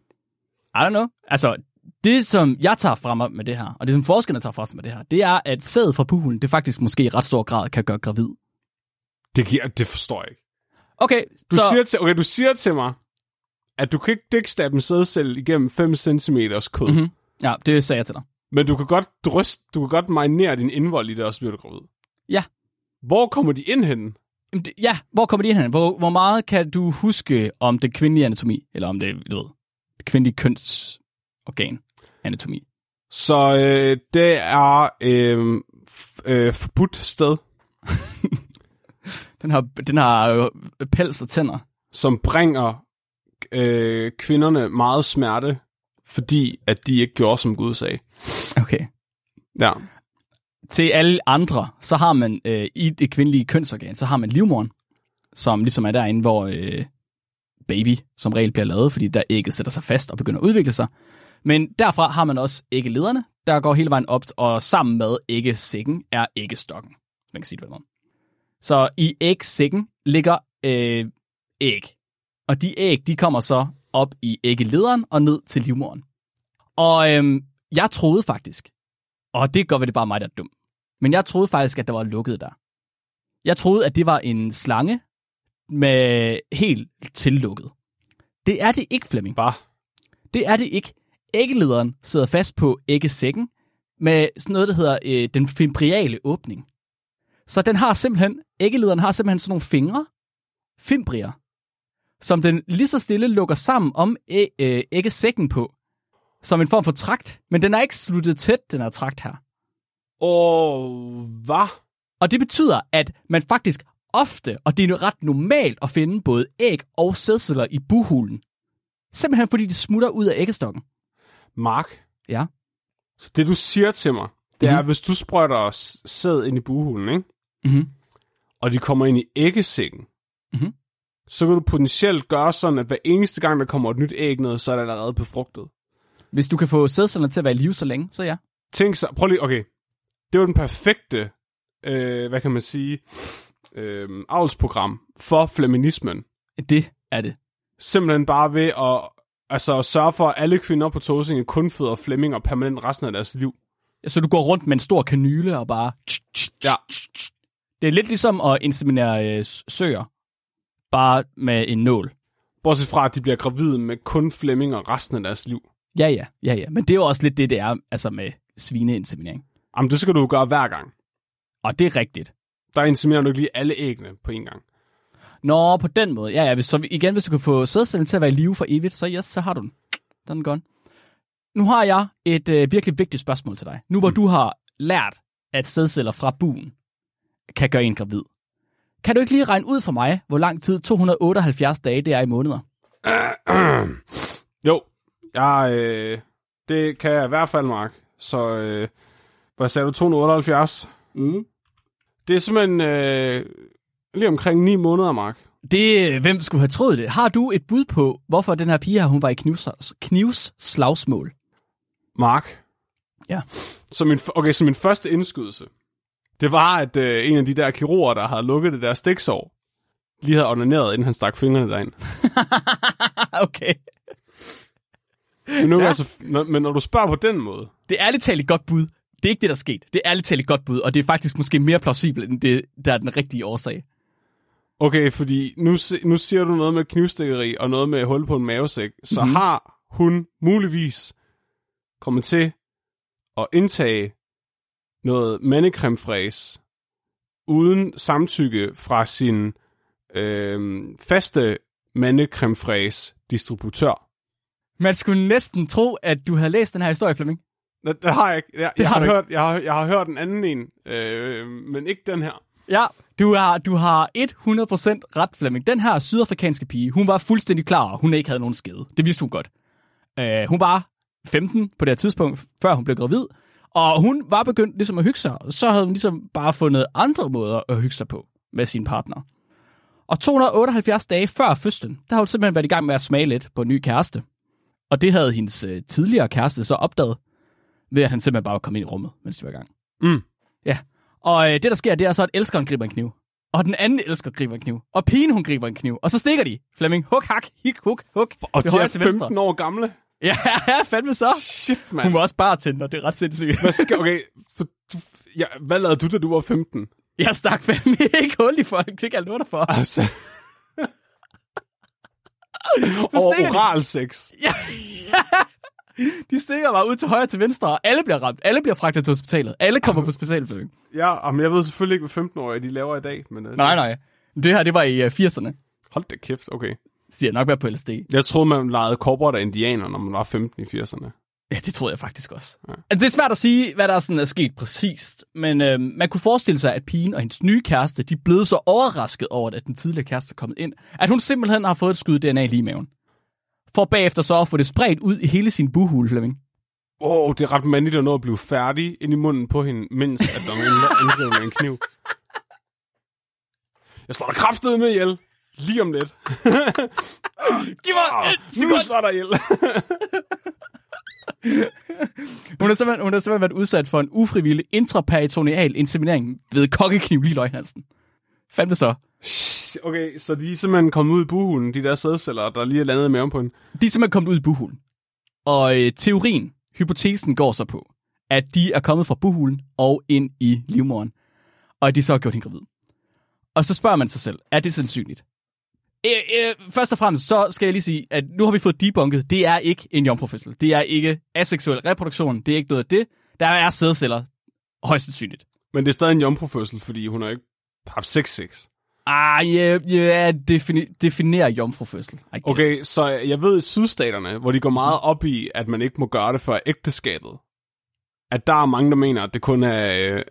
Speaker 1: I don't know. Altså, det som jeg tager fra mig med det her, og det som forskerne tager fra sig med det her, det er, at sæd fra pulen, det faktisk måske i ret stor grad kan gøre gravid.
Speaker 2: Det, giver, det forstår jeg ikke.
Speaker 1: Okay,
Speaker 2: Du,
Speaker 1: så...
Speaker 2: så... siger til, okay, du siger til mig, at du kan ikke dækstabe en sædcelle igennem 5 cm kød, mm-hmm.
Speaker 1: Mhm. Ja, det sagde jeg til dig.
Speaker 2: men du kan godt dryst, du kan godt marinere din indvold i det, og så bliver du gravid.
Speaker 1: Ja.
Speaker 2: Hvor kommer de ind henne?
Speaker 1: Jamen, det- Ja, hvor kommer det ind hen? Hvor, hvor meget kan du huske om det kvindelige anatomi, eller om det, du ved, det kvindelige kønsorgan anatomi?
Speaker 2: Så øh, det er øh, f- øh, forbudt sted,
Speaker 1: Den har, den har jo pels og tænder.
Speaker 2: som bringer øh, kvinderne meget smerte, fordi at de ikke gjorde, som Gud sagde.
Speaker 1: Okay.
Speaker 2: Ja.
Speaker 1: Til alle andre, så har man øh, i det kvindelige kønsorgan, så har man livmoren, som ligesom er derinde, hvor øh, baby som regel bliver lavet, fordi der ægget sætter sig fast og begynder at udvikle sig. Men derfra har man også æggelederne, der går hele vejen op, og sammen med æggesækken er æggestokken. Man kan sige det på den måde. Så i ægsækken ligger øh, æg. Og de æg, de kommer så op i æggelederen og ned til livmoren. Og øhm, jeg troede faktisk, og det går vel det er bare mig, der er dum. Men jeg troede faktisk, at der var lukket der. Jeg troede, at det var en slange med helt tillukket. Det er det ikke, Flemming.
Speaker 2: Bare.
Speaker 1: Det er det ikke. Æggelederen sidder fast på æggesækken med sådan noget, der hedder øh, den fimbriale åbning. Så den har simpelthen, æggelederen har simpelthen sådan nogle fingre, fimbrier, som den lige så stille lukker sammen om æ, øh, æggesækken på, som en form for trakt. Men den er ikke sluttet tæt, den her trakt her.
Speaker 2: Åh, hvad?
Speaker 1: Og det betyder, at man faktisk ofte, og det er nu ret normalt at finde både æg og sædceller i buhulen. Simpelthen fordi de smutter ud af æggestokken.
Speaker 2: Mark,
Speaker 1: Ja.
Speaker 2: så det du siger til mig, det er,
Speaker 1: Mhm.
Speaker 2: hvis du sprøjter s- sæd ind i buhulen, ikke?
Speaker 1: Mhm.
Speaker 2: og de kommer ind i æggesækken,
Speaker 1: Mhm.
Speaker 2: så kan du potentielt gøre sådan, at hver eneste gang, der kommer et nyt æg ned, så er det allerede befrugtet.
Speaker 1: Hvis du kan få sædcellerne til at være i live så længe, så ja.
Speaker 2: Tænk så, prøv lige, okay. Det var den perfekte, øh, hvad kan man sige, øh, avlsprogram for feminismen.
Speaker 1: Det er det.
Speaker 2: Simpelthen bare ved at, altså, at sørge for, at alle kvinder på Tåsinge kun føder flemminger permanent resten af deres liv.
Speaker 1: Så du går rundt med en stor kanyle og bare...
Speaker 2: Ja.
Speaker 1: Det er lidt ligesom at inseminere øh, s- søer, bare med en nål.
Speaker 2: Bortset fra, at de bliver gravide med kun flemminger resten af deres liv.
Speaker 1: Ja, ja, ja, ja. Men det er jo også lidt det, det er altså med svineinseminering.
Speaker 2: Jamen, det skal du jo gøre hver gang.
Speaker 1: Og det er rigtigt.
Speaker 2: Der inseminerer du ikke lige alle æggene på en gang.
Speaker 1: Nå, på den måde. Ja, ja. Hvis, så vi- igen, hvis du kan få sædcellen til at være i live for evigt, så yes, så har du den. Den er den gone. Nu har jeg et øh, virkelig vigtigt spørgsmål til dig. Nu hvor du har lært, at sædceller fra buen kan gøre en gravid. Kan du ikke lige regne ud for mig, hvor lang tid 278 dage det er i måneder?
Speaker 2: jo, jeg, øh, det kan jeg i hvert fald, Mark. Så, øh, hvad sagde du, 278?
Speaker 1: Mm.
Speaker 2: Det er simpelthen øh, lige omkring 9 måneder, Mark.
Speaker 1: Det, øh, hvem skulle have troet det? Har du et bud på, hvorfor den her pige her, hun var i knivs, knivs slagsmål?
Speaker 2: Mark.
Speaker 1: Ja.
Speaker 2: Så min, okay, så min første indskydelse, det var, at øh, en af de der kirurger, der havde lukket det der stiksår, lige havde ordineret, inden han stak fingrene derind.
Speaker 1: okay.
Speaker 2: Men, nu, ja.
Speaker 1: Ja.
Speaker 2: altså, når, men når du spørger på den måde,
Speaker 1: Det er ærligt talt et godt bud. Det er ikke det, der er sket. Det er ærligt talt et godt bud, og det er faktisk måske mere plausibelt, end det, der er den rigtige årsag.
Speaker 2: okay, fordi nu, si- nu siger du noget med knivstikkeri og noget med hul på en mavesæk, så
Speaker 1: Mhm.
Speaker 2: mm-hmm. har hun muligvis kommet til at indtage noget mandecremefræs uden samtykke fra sin øh, faste mandecremefræs distributør.
Speaker 1: Man skulle næsten tro, at du havde læst den her historie, Flemming.
Speaker 2: Det, det har jeg ikke. Jeg, jeg,
Speaker 1: har
Speaker 2: har,
Speaker 1: du ikke.
Speaker 2: hørt, jeg, har, jeg har hørt en anden en, øh, men ikke den her.
Speaker 1: Ja. Du har, du har 100% ret, Flemming. Den her sydafrikanske pige, hun var fuldstændig klar, over, at hun ikke havde nogen skade. Det vidste hun godt. Øh, hun var 15 på det her tidspunkt, før hun blev gravid. Og hun var begyndt ligesom at hygge sig, og så havde hun ligesom bare fundet andre måder at hygge sig på med sin partner. Og 278 dage før fødslen, der har hun simpelthen været i gang med at smage lidt på en ny kæreste. Og det havde hendes øh, tidligere kæreste så opdaget, ved at han simpelthen bare var kommet ind i rummet, mens de var i gang.
Speaker 2: Mm.
Speaker 1: Ja, og øh, det der sker, det er så, at elskeren griber en kniv. Og den anden elsker griber en kniv. Og pigen, hun griber en kniv. Og så stikker de. Flemming, huk, hak, hik, huk, huk.
Speaker 2: Og
Speaker 1: til
Speaker 2: de
Speaker 1: højre
Speaker 2: er
Speaker 1: til venstre.
Speaker 2: 15 år gamle.
Speaker 1: Ja, fandme så.
Speaker 2: Shit, mand.
Speaker 1: Hun var også bare tænder, det er ret sindssygt.
Speaker 2: Hvad skal, okay, for, ja, hvad lavede du, da du var 15?
Speaker 1: Jeg stak fandme ikke hul i folk, det kan jeg love dig for.
Speaker 2: Altså.
Speaker 1: Så
Speaker 2: og
Speaker 1: stikker de.
Speaker 2: oral sex.
Speaker 1: Ja, ja. De stikker bare ud til højre og til venstre, og alle bliver ramt. Alle bliver fragtet til hospitalet. Alle kommer på hospitalet, Flemming.
Speaker 2: Ja, men jeg ved selvfølgelig ikke, hvad 15-årige de laver i dag. Men, øh,
Speaker 1: Nej, nej. Det her, det var i øh, 80'erne.
Speaker 2: Hold da kæft, okay.
Speaker 1: Så de har nok været på LSD.
Speaker 2: Jeg troede, man legede corporate af indianer, når man var 15 i 80'erne.
Speaker 1: Ja, det tror jeg faktisk også.
Speaker 2: Ja.
Speaker 1: Ja. Altså, det er svært at sige, hvad der sådan er sket præcist, men øh, man kunne forestille sig, at pigen og hendes nye kæreste, de blev så overrasket over, at den tidligere kæreste er kommet ind, at hun simpelthen har fået et skud DNA lige i maven. For bagefter så at få det spredt ud i hele sin buhul, Flemming.
Speaker 2: Åh, oh, det er ret mandligt at nå at blive færdig ind i munden på hende, mens at der er nogen, der angriber med en kniv. Jeg slår dig kraftedet med ihjel. Lige om lidt. Ah,
Speaker 1: Giv mig et
Speaker 2: Nu slår jeg dig ihjel.
Speaker 1: Hun har, simpelthen, hun har simpelthen været udsat for en ufrivillig intraperitoneal inseminering ved kokkekniv lige i løghalsen. Fandt det så.
Speaker 2: Okay, så de er simpelthen kommet ud i buhulen, de der sædceller, der lige er landet i maven på hende.
Speaker 1: De er simpelthen kommet ud i buhulen. Og øh, teorien, hypotesen går så på, at de er kommet fra buhulen og ind i livmoderen. Og at de så har gjort hende gravid. Og så spørger man sig selv, er det sandsynligt? Øh, øh, først og fremmest, så skal jeg lige sige, at nu har vi fået debunket, det er ikke en jomfrufødsel. Det er ikke aseksuel reproduktion, det er ikke noget af det. Der er sædceller, højst sandsynligt.
Speaker 2: Men det er stadig en jomfrufødsel, fordi hun har ikke haft sex-sex.
Speaker 1: Ah, ja, yeah, yeah, defini- definerer jomfrufødsel, I guess.
Speaker 2: Okay, yes. så jeg ved i sydstaterne, hvor de går meget op i, at man ikke må gøre det før ægteskabet, at der er mange, der mener, at det kun er øh,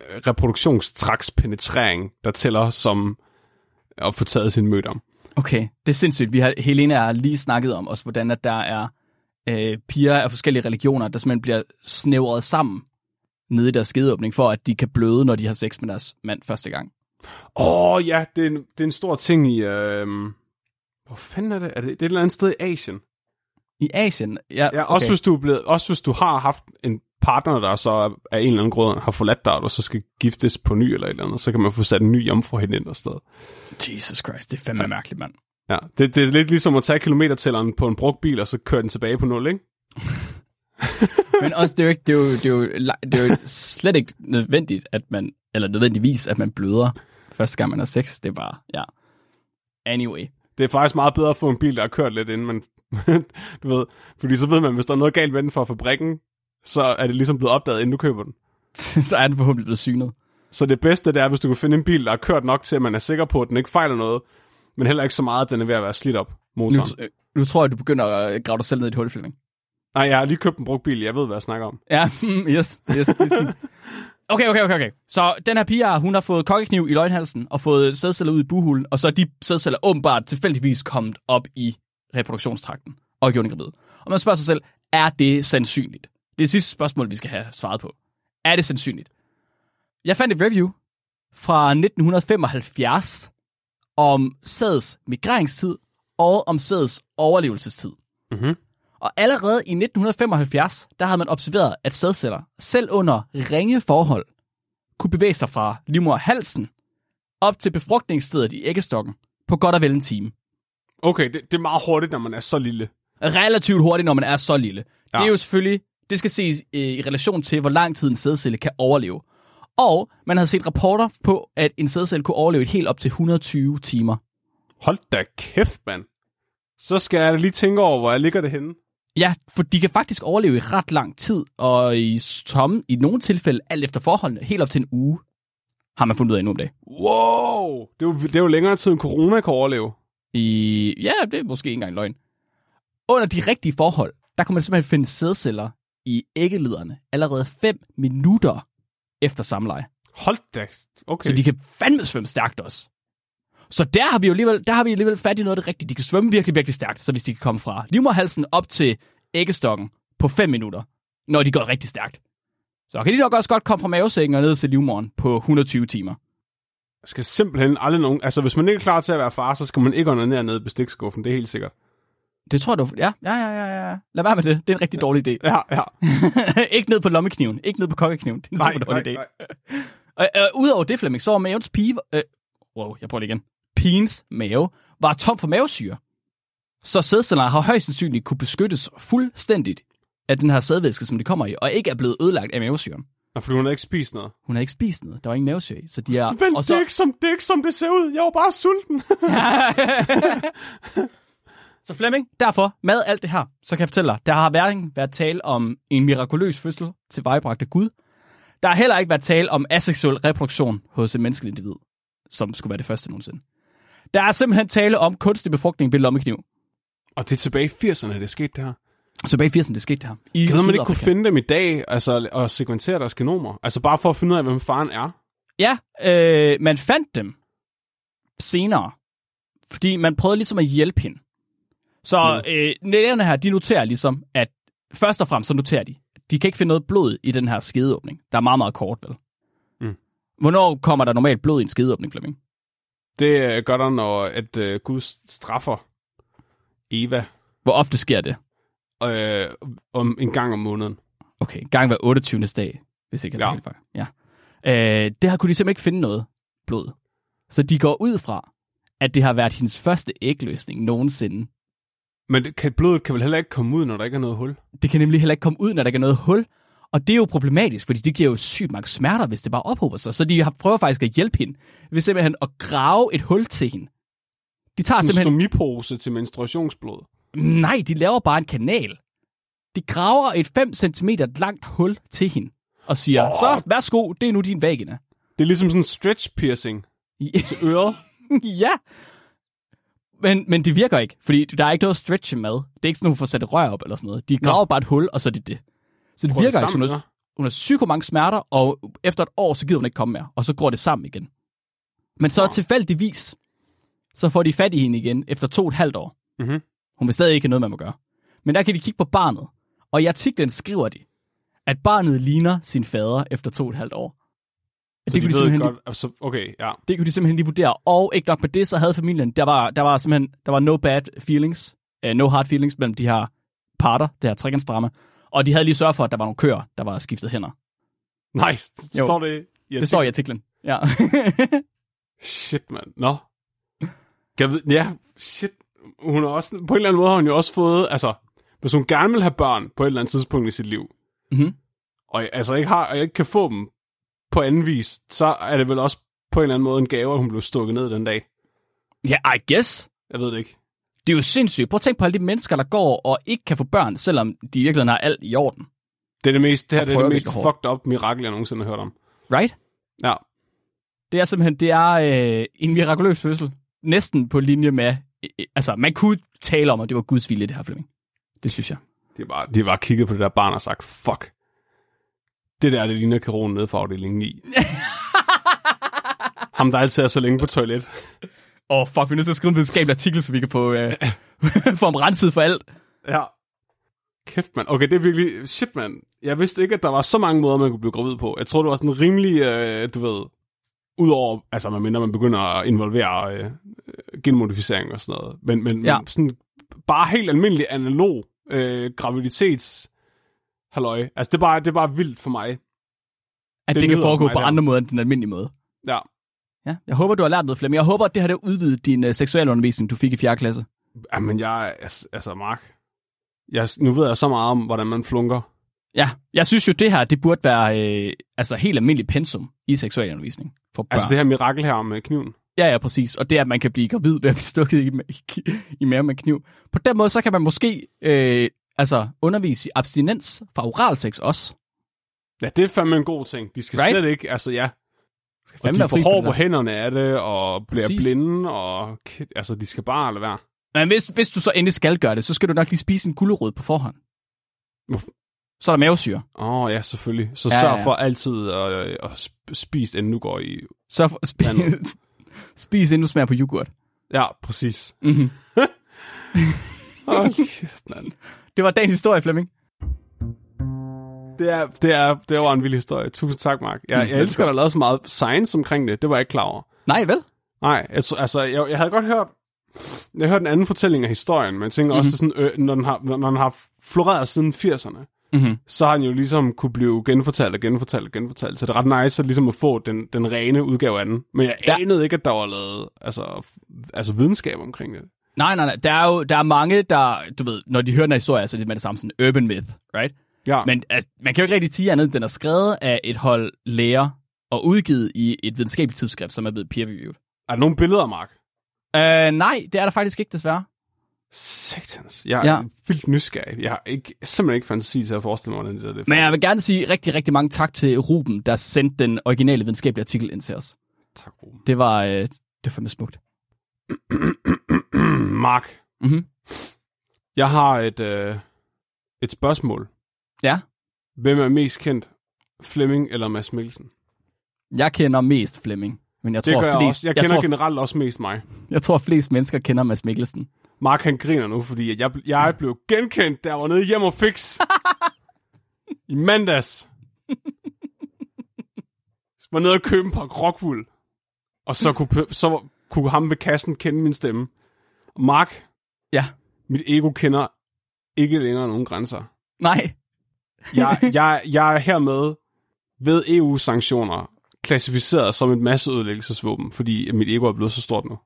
Speaker 2: reproduktionstrakspenetrering, der tæller som at få taget sin mødt om.
Speaker 1: Okay, det er sindssygt. Vi har, Helena har lige snakket om også, hvordan at der er øh, piger af forskellige religioner, der simpelthen bliver snævret sammen nede i deres skedeåbning, for at de kan bløde, når de har sex med deres mand første gang.
Speaker 2: Åh oh, ja, det er, en, det er en stor ting i... Øh, hvor fanden er det? Er det, det er et eller andet sted i Asien?
Speaker 1: I Asien? Ja,
Speaker 2: Ja, også, hvis du er blevet, også hvis du har haft en partner, der så er- af en eller anden grund har forladt dig, og du så skal giftes på ny eller et eller andet, så kan man få sat en ny jomfru hen ind sted.
Speaker 1: Jesus Christ, det er fandme mærkeligt, mand.
Speaker 2: Ja, det, det er lidt ligesom at tage kilometertælleren på en brugt bil, og så køre den tilbage på nul, ikke?
Speaker 1: Men også, det er jo, ikke, det, er jo, det, er jo, la- det er jo slet ikke nødvendigt, at man, eller nødvendigvis, at man bløder første gang, man har sex. Det er bare, ja. Anyway.
Speaker 2: Det er faktisk meget bedre at få en bil, der har kørt lidt, inden man... du ved, fordi så ved man, hvis der er noget galt med den fra fabrikken, så er det ligesom blevet opdaget, inden du køber den.
Speaker 1: så er den forhåbentlig blevet synet.
Speaker 2: Så det bedste, det er, hvis du kan finde en bil, der har kørt nok til, at man er sikker på, at den ikke fejler noget, men heller ikke så meget, at den er ved at være slidt op,
Speaker 1: Nu,
Speaker 2: motoren.
Speaker 1: tr- øh, nu tror jeg, du begynder at øh, grave dig selv ned i et hul, Flemming.
Speaker 2: Nej, jeg har lige købt en brugt bil, jeg ved, hvad jeg snakker om.
Speaker 1: Ja, mm, yes, yes, det er fint. Okay, okay, okay, okay. Så den her pige, her, hun har fået kokkekniv i løgnhalsen og fået sædceller ud i buhulen, og så er de sædceller åbenbart tilfældigvis kommet op i reproduktionstrakten og gjort en gravid. Og man spørger sig selv, er det sandsynligt? Det er det sidste spørgsmål, vi skal have svaret på. Er det sandsynligt? Jeg fandt et review fra 1975 om sæds migreringstid og om sæds overlevelsestid. Og allerede i 1975, der havde man observeret, at sædceller, selv under ringe forhold, kunne bevæge sig fra livmoderhalsen op til befrugtningsstedet i æggestokken på godt og vel en time.
Speaker 2: Okay, det, det er meget hurtigt, når man er så lille.
Speaker 1: Relativt hurtigt, når man er så lille. Ja.
Speaker 2: Ja.
Speaker 1: Det er jo selvfølgelig, det skal ses øh, i relation til, hvor lang tid en sædcelle kan overleve. Og man havde set rapporter på, at en sædcelle kunne overleve et helt op til 120 timer.
Speaker 2: Hold da kæft, mand. Så skal jeg da lige tænke over, hvor jeg ligger det henne.
Speaker 1: Ja, for de kan faktisk overleve i ret lang tid, og i tomme, i nogle tilfælde, alt efter forholdene, helt op til en uge, har man fundet ud af endnu om dagen.
Speaker 2: Wow! Det er, jo, det er jo længere tid, end corona kan overleve.
Speaker 1: I, ja, det er måske ikke engang løgn. Under de rigtige forhold, der kunne man simpelthen finde sædceller i æggelederne allerede 5 minutter efter samleje.
Speaker 2: Hold da, okay.
Speaker 1: Så de kan fandme svømme stærkt også. Så der har vi jo alligevel, der har vi alligevel fat i noget af det rigtige. De kan svømme virkelig, virkelig stærkt. Så hvis de kan komme fra livmorhalsen op til æggestokken på 5 minutter, når de går rigtig stærkt, så kan de nok også godt komme fra mavesækken og ned til livmoren på 120 timer.
Speaker 2: skal simpelthen aldrig nogen... Altså, hvis man ikke er klar til at være far, så skal man ikke under ned i bestikskuffen, det er helt sikkert.
Speaker 1: Det tror jeg, du... Ja, ja, ja, ja, ja. Lad være med det. Det er en rigtig dårlig idé.
Speaker 2: Ja, ja.
Speaker 1: ikke ned på lommekniven. Ikke ned på kokkekniven. Det er en super dårlig idé.
Speaker 2: nej.
Speaker 1: Og, øh, udover det, Flemming, så var mavens pige... Øh, wow, jeg prøver det igen. Pigens mave var tom for mavesyre. Så sædcellerne har højst sandsynligt kunne beskyttes fuldstændigt af den her sædvæske, som de kommer i, og ikke er blevet ødelagt af mavesyren.
Speaker 2: Nå, fordi hun havde ikke spist noget.
Speaker 1: Hun har ikke spist noget. Der var ingen mavesyre i, så de er...
Speaker 2: Men
Speaker 1: og
Speaker 2: det, er
Speaker 1: så,
Speaker 2: ikke som, det er ikke som det ser ud. Jeg var bare sulten.
Speaker 1: så Flemming, derfor, med alt det her, så kan jeg fortælle dig, der har hverken været tale om en mirakuløs fødsel til vejebragt af Gud. Der har heller ikke været tale om aseksuel reproduktion hos et menneskeligt individ, som skulle være det første nogensinde. Der er simpelthen tale om kunstig befrugtning ved lommekniv.
Speaker 2: og det er tilbage i 80'erne, det skete det her.
Speaker 1: Så bag i 80'erne, det skete det her. I
Speaker 2: Kan man ikke kunne
Speaker 1: Sydafrika.
Speaker 2: finde dem i dag, altså og sekventere deres genomer? Altså bare for at finde ud af, hvem faren er.
Speaker 1: Ja, øh, man fandt dem senere, fordi man prøvede ligesom at hjælpe hende. Så
Speaker 2: Mm.
Speaker 1: øh, nægerne her, de noterer ligesom, at først og fremmest så noterer de, de kan ikke finde noget blod i den her skedeåbning. Der er meget, meget kort, vel?
Speaker 2: Mm.
Speaker 1: Hvornår kommer der normalt blod i en skedeåbning, Flemming?
Speaker 2: Det øh, gør der, når at øh, Gud straffer Eva
Speaker 1: Hvor ofte sker det?
Speaker 2: øh, om en gang om måneden.
Speaker 1: Okay, gang hver 28. dag, hvis ikke jeg tager
Speaker 2: Ja.
Speaker 1: helt fejl. Ja. Øh, det her kunne de simpelthen ikke finde noget blod. Så de går ud fra, at det har været hendes første ægløsning nogensinde.
Speaker 2: Men det, kan, blodet kan vel heller ikke komme ud, når der ikke er noget hul?
Speaker 1: Det kan nemlig heller ikke komme ud, når der ikke er noget hul. Og det er jo problematisk, fordi det giver jo sygt mange smerter, hvis det bare ophober sig. Så de har- prøver faktisk at hjælpe hende ved simpelthen at grave et hul til hende. De tager
Speaker 2: En
Speaker 1: simpelthen...
Speaker 2: stomipose til menstruationsblod.
Speaker 1: Nej, de laver bare en kanal. De graver et 5 cm langt hul til hende og siger, oh.
Speaker 2: Åh.
Speaker 1: så værsgo, det er nu din vagina.
Speaker 2: Det er ligesom sådan en stretch piercing.
Speaker 1: Til øret? ja. Men, men det virker ikke, fordi der er ikke noget at stretche med. Det er ikke sådan, at hun får sat et rør op eller sådan noget. De graver bare et hul, og så er det det. Så det
Speaker 2: Prøv
Speaker 1: virker
Speaker 2: det
Speaker 1: ikke som
Speaker 2: sammen,
Speaker 1: noget. hun har psyko mange smerter, og efter et år, så gider hun ikke komme mere. Og så går det sammen igen. Men så tilfældigvis, så får de fat i hende igen efter to og et halvt år.
Speaker 2: Mhm.
Speaker 1: Hun vil stadig ikke have noget, man må gøre. Men der kan de kigge på barnet. Og i artiklen skriver de, at barnet ligner sin fader efter to og et halvt år.
Speaker 2: Så
Speaker 1: kunne
Speaker 2: de ved
Speaker 1: simpelthen-
Speaker 2: godt, altså, okay, ja.
Speaker 1: det kunne de simpelthen lige vurdere. Og ikke nok med det, så havde familien, der var, der var simpelthen, der var no bad feelings, uh, no hard feelings mellem de her parter, det her trekantsdrama. Og de havde lige sørget for, at der var nogle køer, der var skiftet hænder.
Speaker 2: Nej,
Speaker 1: Jo.
Speaker 2: nice. står det? Ja,
Speaker 1: Det står i artiklen. Ja.
Speaker 2: Shit, mand. Nå. Jeg ved, ja, shit. Hun har også, på en eller anden måde har hun jo også fået, altså, hvis hun gerne vil have børn på et eller andet tidspunkt i sit liv,
Speaker 1: Mhm.
Speaker 2: og altså ikke har, og ikke kan få dem på anden vis, så er det vel også på en eller anden måde en gave, at hun blev stukket ned den dag.
Speaker 1: ja, I guess.
Speaker 2: Jeg ved det ikke.
Speaker 1: Det er jo sindssygt. Prøv at tænke på alle de mennesker, der går og ikke kan få børn, selvom de i virkeligheden har alt i orden.
Speaker 2: Det er det mest, det her
Speaker 1: Og
Speaker 2: det er
Speaker 1: prøver
Speaker 2: det
Speaker 1: det
Speaker 2: mest
Speaker 1: ikke hårdt.
Speaker 2: fucked up mirakel, jeg nogensinde har hørt om.
Speaker 1: Right?
Speaker 2: Ja.
Speaker 1: Det er simpelthen det er, øh, en mirakuløs fødsel. Næsten på linje med... Øh, øh, altså, man kunne tale om, at det var Guds vilje, det her, Flemming. Det synes jeg.
Speaker 2: De har bare, de har bare kigget på det der barn og sagt, fuck. Det der, det ligner Karonen nede fra afdelingen 9. Ham, der altid er så længe på toilet.
Speaker 1: Åh, oh, fuck, vi er nødt til at skrive en videnskabelig artikel, så vi kan få, øh, få ham renset for alt.
Speaker 2: Ja. Kæft, mand. Okay, det er virkelig... Shit, mand. Jeg vidste ikke, at der var så mange måder, man kunne blive gravid på. Jeg tror, det var sådan rimelig, øh, du ved... Udover, altså, man mindre man begynder at involvere øh, øh, genmodificering og sådan noget. Men, men,
Speaker 1: Ja.
Speaker 2: men sådan bare helt almindelig analog øh, graviditets... Halløj. Altså, det er, bare, det er bare vildt for mig.
Speaker 1: At det,
Speaker 2: Det
Speaker 1: det kan
Speaker 2: lyder for
Speaker 1: foregå
Speaker 2: mig,
Speaker 1: på
Speaker 2: det her.
Speaker 1: andre måder end den almindelige måde.
Speaker 2: Ja.
Speaker 1: Ja, jeg håber, du har lært noget, Flemming. Jeg håber, at det her det udvidet din øh, seksualundervisning, du fik i 4. klasse.
Speaker 2: Jamen, jeg... er- Altså, Mark... Jeg, nu ved jeg så meget om, hvordan man flunker.
Speaker 1: Ja, jeg synes jo, det her det burde være øh, altså helt almindelig pensum i seksualundervisning for børn.
Speaker 2: Altså, det her mirakel her med kniven.
Speaker 1: Ja, ja, præcis. Og det, at man kan blive gravid ved at blive stukket i, i, i maven med kniv. På den måde, så kan man måske øh, altså undervise i abstinens fra oralsex også.
Speaker 2: Ja, det er fandme en god ting. De skal
Speaker 1: Right?
Speaker 2: right? slet ikke... Altså, ja.
Speaker 1: Skal
Speaker 2: Og
Speaker 1: fandme
Speaker 2: de
Speaker 1: være fri for
Speaker 2: får hår
Speaker 1: det
Speaker 2: på
Speaker 1: der.
Speaker 2: hænderne af det, og bliver
Speaker 1: Præcis.
Speaker 2: Præcis. blinde, og kæ- altså, de skal bare lade være.
Speaker 1: Men hvis, hvis du så endelig skal gøre det, så skal du nok lige spise en gulerod på forhånd.
Speaker 2: Hvorfor?
Speaker 1: Så er der mavesyre.
Speaker 2: Åh, oh, ja, selvfølgelig. Så
Speaker 1: Ja,
Speaker 2: ja,
Speaker 1: ja.
Speaker 2: sørg for altid at, at sp- spise, inden du går i...
Speaker 1: Så for, sp-
Speaker 2: Vandet.
Speaker 1: spis inden du smager på yoghurt.
Speaker 2: Ja, præcis.
Speaker 1: Mm-hmm.
Speaker 2: Hold kæft, mand.
Speaker 1: Det var dagens historie, Flemming.
Speaker 2: Det, er, det, er, det var en vild historie. Tusind tak, Mark. Jeg, jeg elsker, at der er lavet så meget science omkring det. Det var jeg ikke klar over.
Speaker 1: Nej, vel?
Speaker 2: Nej, jeg, tror- altså, jeg, jeg havde godt hørt... Jeg hørte en anden fortælling af historien, men jeg tænker mm-hmm. også, det er sådan, øh, når, den har, når den har floreret siden 80'erne,
Speaker 1: Mm-hmm.
Speaker 2: så har han jo ligesom kunne blive genfortalt og genfortalt og genfortalt. Så det er ret nice at ligesom at få den, den rene udgave af den. Men jeg
Speaker 1: Ja.
Speaker 2: ja. anede ikke, at der var lavet altså, f- altså videnskab omkring det.
Speaker 1: Nej, nej, nej. Der er jo der er mange, der, du ved, når de hører den her historie, så er det med det samme sådan urban myth, right?
Speaker 2: Ja, Men...
Speaker 1: Men altså, man kan jo ikke rigtig sige andet, end den er skrevet af et hold læger og udgivet i et videnskabeligt tidsskrift, som er blevet peer-reviewed.
Speaker 2: er der nogle billeder, Mark?
Speaker 1: Øh, nej, det er der faktisk ikke, desværre.
Speaker 2: Satans. Jeg er
Speaker 1: Ja.
Speaker 2: ja. vildt nysgerrig. Jeg har ikke, simpelthen ikke fantasi til at forestille mig, hvordan det der det er.
Speaker 1: Men jeg vil gerne sige rigtig, rigtig mange tak til Ruben, der sendte den originale videnskabelige artikel ind til os.
Speaker 2: Tak, Ruben.
Speaker 1: Det var, øh, det var fandme smukt.
Speaker 2: Mark,
Speaker 1: Mhm.
Speaker 2: Mm-hmm. jeg har et, øh, et spørgsmål.
Speaker 1: Ja.
Speaker 2: Hvem er mest kendt? Flemming eller Mads Mikkelsen?
Speaker 1: Jeg kender mest Flemming, men jeg
Speaker 2: Det
Speaker 1: tror,
Speaker 2: gør jeg
Speaker 1: flest,
Speaker 2: også. Jeg kender
Speaker 1: tror,
Speaker 2: jeg generelt også mest mig.
Speaker 1: jeg tror, flest mennesker kender Mads Mikkelsen.
Speaker 2: Mark han griner nu, fordi at jeg, bl- jeg blev genkendt, der var nede hjem og fix. I mandags. Jeg var nede og købe en pakke rockwool. Og så kunne, p- så kunne ham ved kassen kende min stemme. Mark,
Speaker 1: Ja.
Speaker 2: mit ego kender ikke længere nogen grænser.
Speaker 1: Nej.
Speaker 2: Jeg, jeg, jeg er hermed ved EU-sanktioner klassificeret som et masseødelæggelsesvåben, fordi mit ego er blevet så stort nu.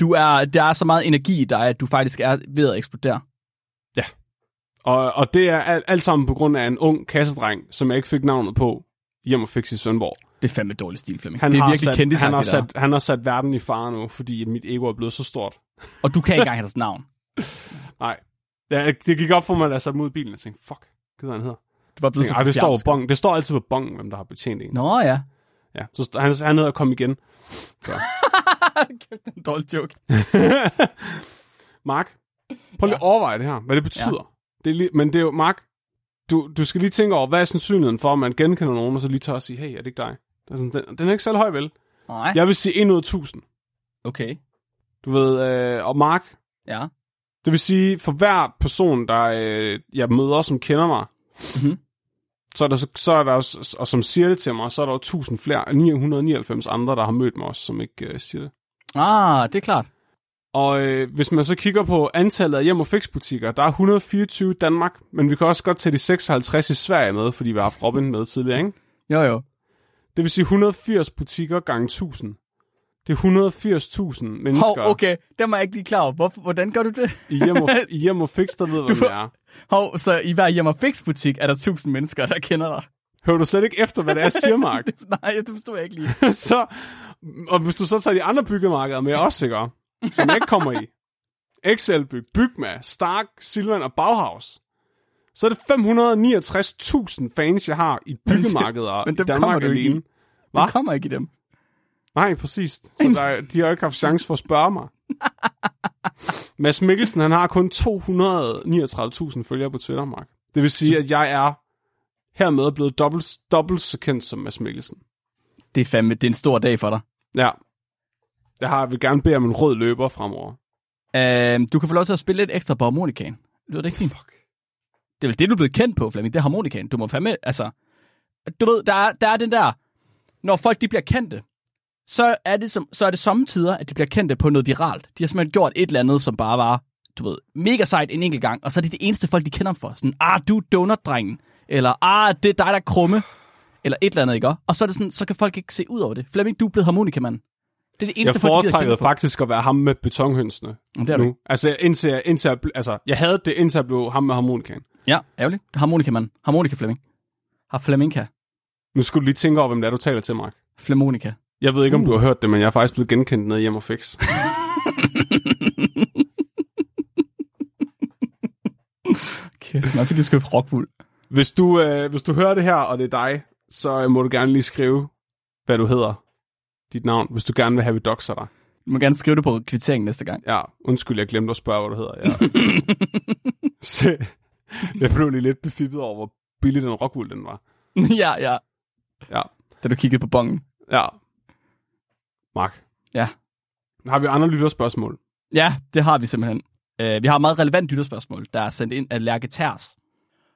Speaker 1: Du er, der er så meget energi i dig, at du faktisk er ved at eksplodere.
Speaker 2: Og, og det er alt, alt sammen på grund af en ung kassedreng, som jeg ikke fik navnet på, hjem og fik i Svendborg.
Speaker 1: Det er fandme dårlig stil, Flemming.
Speaker 2: Han
Speaker 1: det er
Speaker 2: har
Speaker 1: virkelig
Speaker 2: sat,
Speaker 1: kendt i
Speaker 2: han, har
Speaker 1: sat...
Speaker 2: sat, han har sat verden i fare nu, fordi mit ego er blevet så stort.
Speaker 1: Og du kan ikke engang hans navn.
Speaker 2: Nej. Ja, det gik op for mig, da jeg satte mod bilen. Jeg tænkte, fuck, gider han hedder.
Speaker 1: Du var
Speaker 2: Jeg
Speaker 1: blevet
Speaker 2: tænkte, "Ej, det,
Speaker 1: så
Speaker 2: står jo
Speaker 1: fjamsk.
Speaker 2: bong. det står altid på bongen, hvem der har betjent en.
Speaker 1: Nå ja.
Speaker 2: Ja, så st- han, han hedder Kom igen.
Speaker 1: Kæft, det er en dårlig joke.
Speaker 2: Mark, prøv lige at overveje det her, hvad det betyder. Det er lige, men det er jo, Mark, du, du skal lige tænke over, hvad er sandsynligheden for, at man genkender nogen, og så lige tør at sige, hey, er det ikke dig? Det er sådan, den, den er ikke særlig høj, vel?
Speaker 1: Nej.
Speaker 2: Jeg vil sige 1 ud af 1000.
Speaker 1: Okay.
Speaker 2: Du ved, øh, og Mark,
Speaker 1: Ja.
Speaker 2: det vil sige, for hver person, der øh, jeg møder, som kender mig,
Speaker 1: Mhm.
Speaker 2: mm-hmm. så er der, så, så er der også, og som siger det til mig, så er der jo 1000 flere, 999 andre, der har mødt mig også, som ikke øh, siger det.
Speaker 1: Ah, det er klart.
Speaker 2: Og øh, hvis man så kigger på antallet af hjem- og fixbutikker, der er 124 i Danmark, men vi kan også godt tage de 56 i Sverige med, fordi vi har haft Robin med tidligere, ikke?
Speaker 1: Jo, jo.
Speaker 2: Det vil sige 180 butikker gange 1000. Det er 180.000 mennesker
Speaker 1: Hov, okay. Den var jeg ikke lige klar over. Hvorfor, hvordan gør du det?
Speaker 2: i, hjem og, i hjem og fix, der ved, hvad det er.
Speaker 1: Hov, så i hver hjem og fix butik er der tusind mennesker, der kender dig.
Speaker 2: Hører du slet ikke efter, hvad det er, jeg siger, Mark?
Speaker 1: Det, nej, det forstod jeg ikke lige.
Speaker 2: så, og hvis du så tager de andre byggemarkeder med også, ikke? Som jeg ikke kommer i. Excelbyg, Bygma, Stark, Silvan og Bauhaus. Så er det 569.000 fans, jeg har i byggemarkeder
Speaker 1: men
Speaker 2: men i
Speaker 1: dem kommer
Speaker 2: Danmark
Speaker 1: du ikke i. Du
Speaker 2: alene. Hva?
Speaker 1: kommer ikke i dem.
Speaker 2: Nej, præcis. Så der, de har jo ikke haft chance for at spørge mig. Mads Mikkelsen, han har kun 239.000 følgere på Twitter, Mark. Det vil sige, at jeg er hermed blevet dobbelt, dobbelt så kendt som Mads Mikkelsen.
Speaker 1: Det er fandme, det er en stor dag for dig.
Speaker 2: Ja. Jeg har, vil gerne bede om en rød løber fremover.
Speaker 1: Uh, du kan få lov til at spille lidt ekstra på harmonikaen. Lyder det ikke fint?
Speaker 2: Fuck.
Speaker 1: Det er vel det, du er blevet kendt på, Flemming. Det er harmonikaen. Du må fandme, altså... Du ved, der er, der er den der... Når folk de bliver kendte, så er, det som, så er det sommetider, at de bliver kendte på noget viralt. De har simpelthen gjort et eller andet, som bare var, du ved, mega sejt en enkelt gang, og så er det det eneste folk, de kender ham for. Sådan, ah, du er donutdrengen. Eller, ah, det er dig, der er krumme. Eller et eller andet, ikke? Og så, er det sådan, så kan folk ikke se ud over det. Flemming, du er blevet harmonikamand. Det er det eneste,
Speaker 2: Jeg
Speaker 1: folk, de bliver kendt
Speaker 2: foretrækkede
Speaker 1: på.
Speaker 2: faktisk at være ham med betonhønsene.
Speaker 1: Jamen, det er du
Speaker 2: nu. Altså, indtil jeg, indtil jeg, ble- altså, jeg havde det, indtil jeg blev ham med harmonikaen.
Speaker 1: Ja, ærgerligt. Harmonika, mand. Harmonika, Flemming. Har Flaminka.
Speaker 2: Nu skulle du lige tænke over, hvem det er, du taler til, Mark.
Speaker 1: Flamonika.
Speaker 2: Jeg ved ikke,
Speaker 1: Uh.
Speaker 2: om du har hørt det, men jeg er faktisk blevet genkendt nede hjemme og fix.
Speaker 1: Kæft, man fik det skøbt rockfuld.
Speaker 2: Hvis du, øh, hvis du hører det her, og det er dig, så øh, må du gerne lige skrive, hvad du hedder. Dit navn, hvis du gerne vil have, vi doxer dig.
Speaker 1: Du må gerne skrive det på kvitteringen næste gang.
Speaker 2: Ja, undskyld, jeg glemte at spørge, hvad du hedder. Ja. Se, jeg blev lige lidt befippet over, hvor billig den rockwool den var.
Speaker 1: ja, ja.
Speaker 2: Ja,
Speaker 1: Da du kiggede på bongen.
Speaker 2: ja. Mark,
Speaker 1: Ja.
Speaker 2: har vi andre lytterspørgsmål?
Speaker 1: Ja, det har vi simpelthen. Uh, vi har et meget relevant lytterspørgsmål, der er sendt ind af Lærke Ters.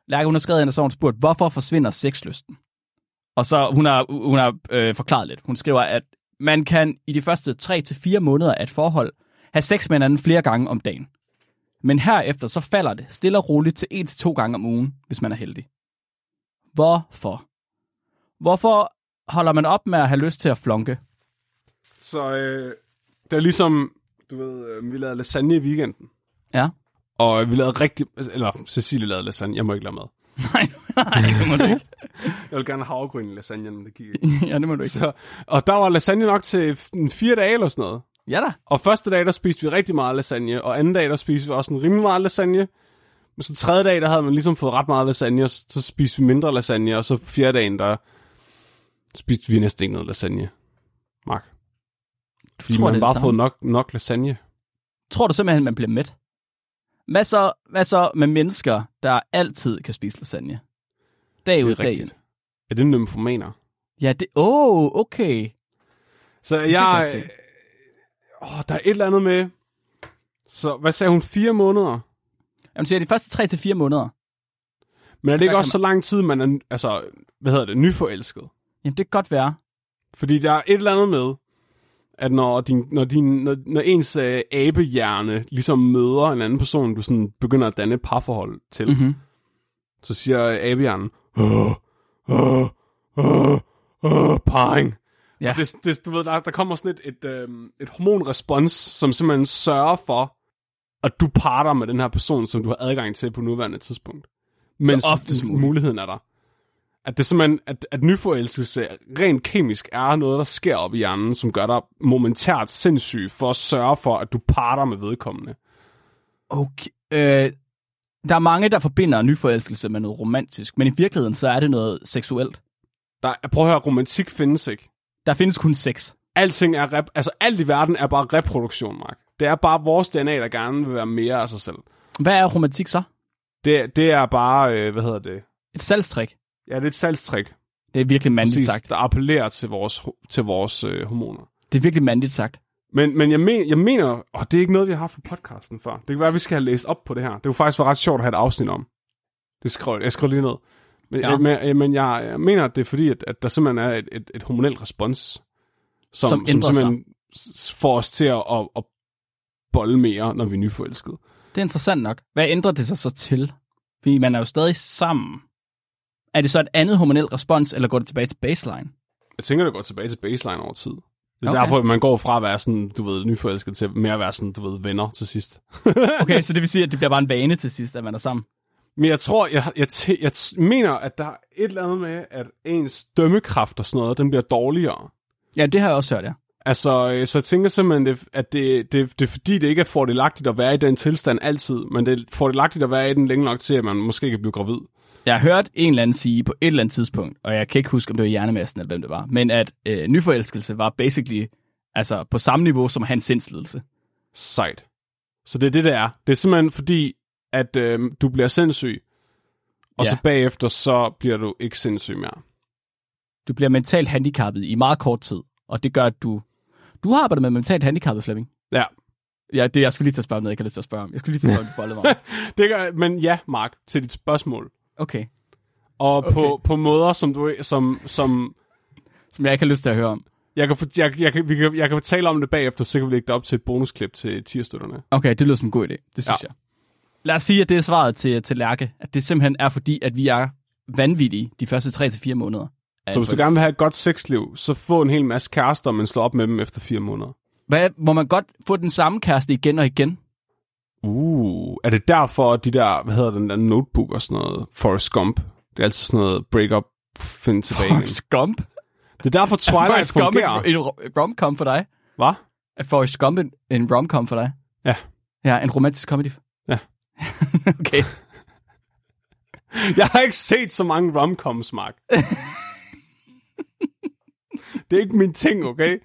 Speaker 1: Lærke, hun har skrevet ind, og så har hun spurgt, hvorfor forsvinder sexlysten? Og så hun har, hun har øh, forklaret lidt. Hun skriver, at man kan i de første 3-4 måneder af et forhold have sex med hinanden flere gange om dagen. Men herefter så falder det stille og roligt til 1-2 gange om ugen, hvis man er heldig. Hvorfor? Hvorfor holder man op med at have lyst til at flonke?
Speaker 2: Så øh, det er ligesom, du ved, øh, vi lavede lasagne i weekenden.
Speaker 1: Ja.
Speaker 2: Og vi lavede rigtig... altså, Eller Cecilie lavede lasagne, jeg må ikke lade med.
Speaker 1: Nej, nej, det må du ikke.
Speaker 2: Jeg vil gerne have havregryn i lasagne, men det gik ikke.
Speaker 1: ja, det må du ikke.
Speaker 2: Så, og der var lasagne nok til f- fire dage eller sådan noget.
Speaker 1: Ja da.
Speaker 2: Og første dag, der spiste vi rigtig meget lasagne, og anden dag, der spiste vi også en rimelig meget lasagne. Men så tredje dag, der havde man ligesom fået ret meget lasagne, og så spiste vi mindre lasagne, og så fjerde dagen, der spiste vi næsten ikke noget lasagne. Mark.
Speaker 1: Du
Speaker 2: Fordi
Speaker 1: tror,
Speaker 2: man
Speaker 1: det er
Speaker 2: bare
Speaker 1: det
Speaker 2: fået
Speaker 1: samme.
Speaker 2: nok, nok lasagne.
Speaker 1: Tror du simpelthen, man bliver mæt? Hvad så, hvad så med mennesker, der altid kan spise lasagne? Dag ud, dag ind.
Speaker 2: Ja, det er nymfomaner.
Speaker 1: Ja, det... Åh, oh, okay.
Speaker 2: Så
Speaker 1: kan jeg
Speaker 2: jeg... øh,
Speaker 1: godt se.
Speaker 2: Åh, der er et eller andet med... Så hvad sagde hun? Fire måneder?
Speaker 1: Jamen, så er de første 3-4 måneder.
Speaker 2: Men er det
Speaker 1: Der
Speaker 2: ikke
Speaker 1: kan
Speaker 2: også så lang tid, man er, altså, hvad hedder det, nyforelsket?
Speaker 1: Jamen, det kan godt være.
Speaker 2: Fordi der er et eller andet med, at når, din, når, din, når, når ens øh, abehjerne ligesom møder en anden person, du sådan begynder at danne et parforhold til, mm-hmm.
Speaker 1: Mm-hmm.
Speaker 2: så siger abehjernen, åh, åh, åh, åh, parring.
Speaker 1: Ja.
Speaker 2: Ja. Det, det, du ved, der, der kommer sådan et, et, øh, et hormonrespons, som simpelthen sørger for, at du parter med den her person, som du har adgang til på nuværende tidspunkt. Men
Speaker 1: oftest muligt.
Speaker 2: muligheden er der. At det simpelthen, at, at nyforelskelse rent kemisk er noget, der sker op i hjernen, som gør dig momentært sindssyg for at sørge for, at du parter med vedkommende.
Speaker 1: Okay. Øh, der er mange, der forbinder nyforelskelse med noget romantisk, men i virkeligheden, så er det noget seksuelt.
Speaker 2: Der, er- prøv at høre, romantik findes ikke.
Speaker 1: Der findes kun sex.
Speaker 2: alting er rep- altså alt i verden er bare reproduktion, Mark. Det er bare vores DNA, der gerne vil være mere af sig selv.
Speaker 1: Hvad er romantik så?
Speaker 2: Det, det er bare, øh, hvad hedder det?
Speaker 1: Et salgstrik.
Speaker 2: Ja, det er et salgstrik.
Speaker 1: Det er virkelig mandligt
Speaker 2: Præcis,
Speaker 1: sagt.
Speaker 2: der appellerer til vores, ho- til vores øh, hormoner.
Speaker 1: Det er virkelig mandligt sagt.
Speaker 2: Men, men jeg, men, jeg mener, og det er ikke noget, vi har haft på podcasten før. Det kan være, at vi skal have læst op på det her. Det kunne faktisk være ret sjovt at have et afsnit om. Det skriver, jeg skriver lige ned. Men,
Speaker 1: Ja.
Speaker 2: ja. men, øh, men jeg, jeg mener, at det er fordi, at, at der simpelthen er et, et, et hormonelt respons, som,
Speaker 1: Som
Speaker 2: som, som
Speaker 1: ændrer
Speaker 2: simpelthen s- får os til at, at, at bolle mere, når vi er nyforelskede.
Speaker 1: Det er interessant nok. Hvad ændrer det sig så til? Fordi man er jo stadig sammen. Er det så et andet hormonel respons, eller går det tilbage til baseline?
Speaker 2: Jeg tænker, det går tilbage til baseline over tid. Det er
Speaker 1: Okay.
Speaker 2: okay. derfor, at man går fra at være sådan, du ved, nyforelsket til mere at være sådan, du ved, venner til sidst.
Speaker 1: Okay, så det vil sige, at det bliver bare en vane til sidst, at man er sammen.
Speaker 2: Men jeg tror, jeg, jeg, tæ- jeg t- mener, at der er et eller andet med, at ens dømmekraft og sådan noget, den bliver dårligere.
Speaker 1: Ja, det har jeg også hørt, ja.
Speaker 2: Altså, øh, så jeg tænker simpelthen, det- at det, det, det er fordi, det ikke er fordelagtigt at være i den tilstand altid, men det er fordelagtigt at være i den længe nok til, at man måske kan blive gravid.
Speaker 1: Jeg har hørt en eller anden sige på et eller andet tidspunkt, og jeg kan ikke huske, om det var hjernemassen eller hvem det var, men at øh, nyforelskelse var basically altså på samme niveau som hans sindslidelse.
Speaker 2: Sejt. Så det er det, det er. Det er simpelthen fordi, at øh, du bliver sindssyg, og
Speaker 1: Ja.
Speaker 2: ja. så bagefter, så bliver du ikke sindssyg mere.
Speaker 1: Du bliver mentalt handicappet i meget kort tid, og det gør, at du... Du har arbejdet med mentalt handicappet, Flemming.
Speaker 2: Ja,
Speaker 1: Ja, det jeg skulle lige til at spørge om noget, jeg kan lyst til at spørge om. Jeg skulle lige til at spørge om, du bollede mig.
Speaker 2: det gør, men ja, Mark, til dit spørgsmål.
Speaker 1: Okay,
Speaker 2: Og okay. på,
Speaker 1: Okay.
Speaker 2: på måder, som du som, som
Speaker 1: som jeg ikke har lyst til at høre om.
Speaker 2: Jeg kan, få- jeg, jeg, kan- vi kan, jeg kan tale om det bagefter, så kan vi lægge det op til et bonusklip til tierstøtterne.
Speaker 1: Okay, det lyder som en god idé. Det synes ja.
Speaker 2: Ja.
Speaker 1: jeg. Lad os sige, at det er svaret til, til Lærke. At det simpelthen er fordi, at vi er vanvittige de første 3-4 måneder. af
Speaker 2: Så
Speaker 1: en
Speaker 2: hvis du
Speaker 1: forelskelse.
Speaker 2: gerne vil have et godt sexliv, så få en hel masse kærester, men slå op med dem efter fire måneder.
Speaker 1: Hvad, må man godt få den samme kæreste igen og igen?
Speaker 2: Uh, er det derfor, at de der, hvad hedder den der notebook og sådan noget, Forrest Gump, det er altid sådan noget break-up, find tilbage. igen.
Speaker 1: Forrest Gump?
Speaker 2: Det er derfor Twilight
Speaker 1: Forrest Gump
Speaker 2: fungerer.
Speaker 1: en, en ro- rom-com for dig?
Speaker 2: Hvad?
Speaker 1: Er Forrest Gump en, en rom-com for dig?
Speaker 2: Ja.
Speaker 1: Ja, en romantisk comedy?
Speaker 2: Ja.
Speaker 1: okay.
Speaker 2: Jeg har ikke set så mange romcoms, Mark. det er ikke min ting, okay?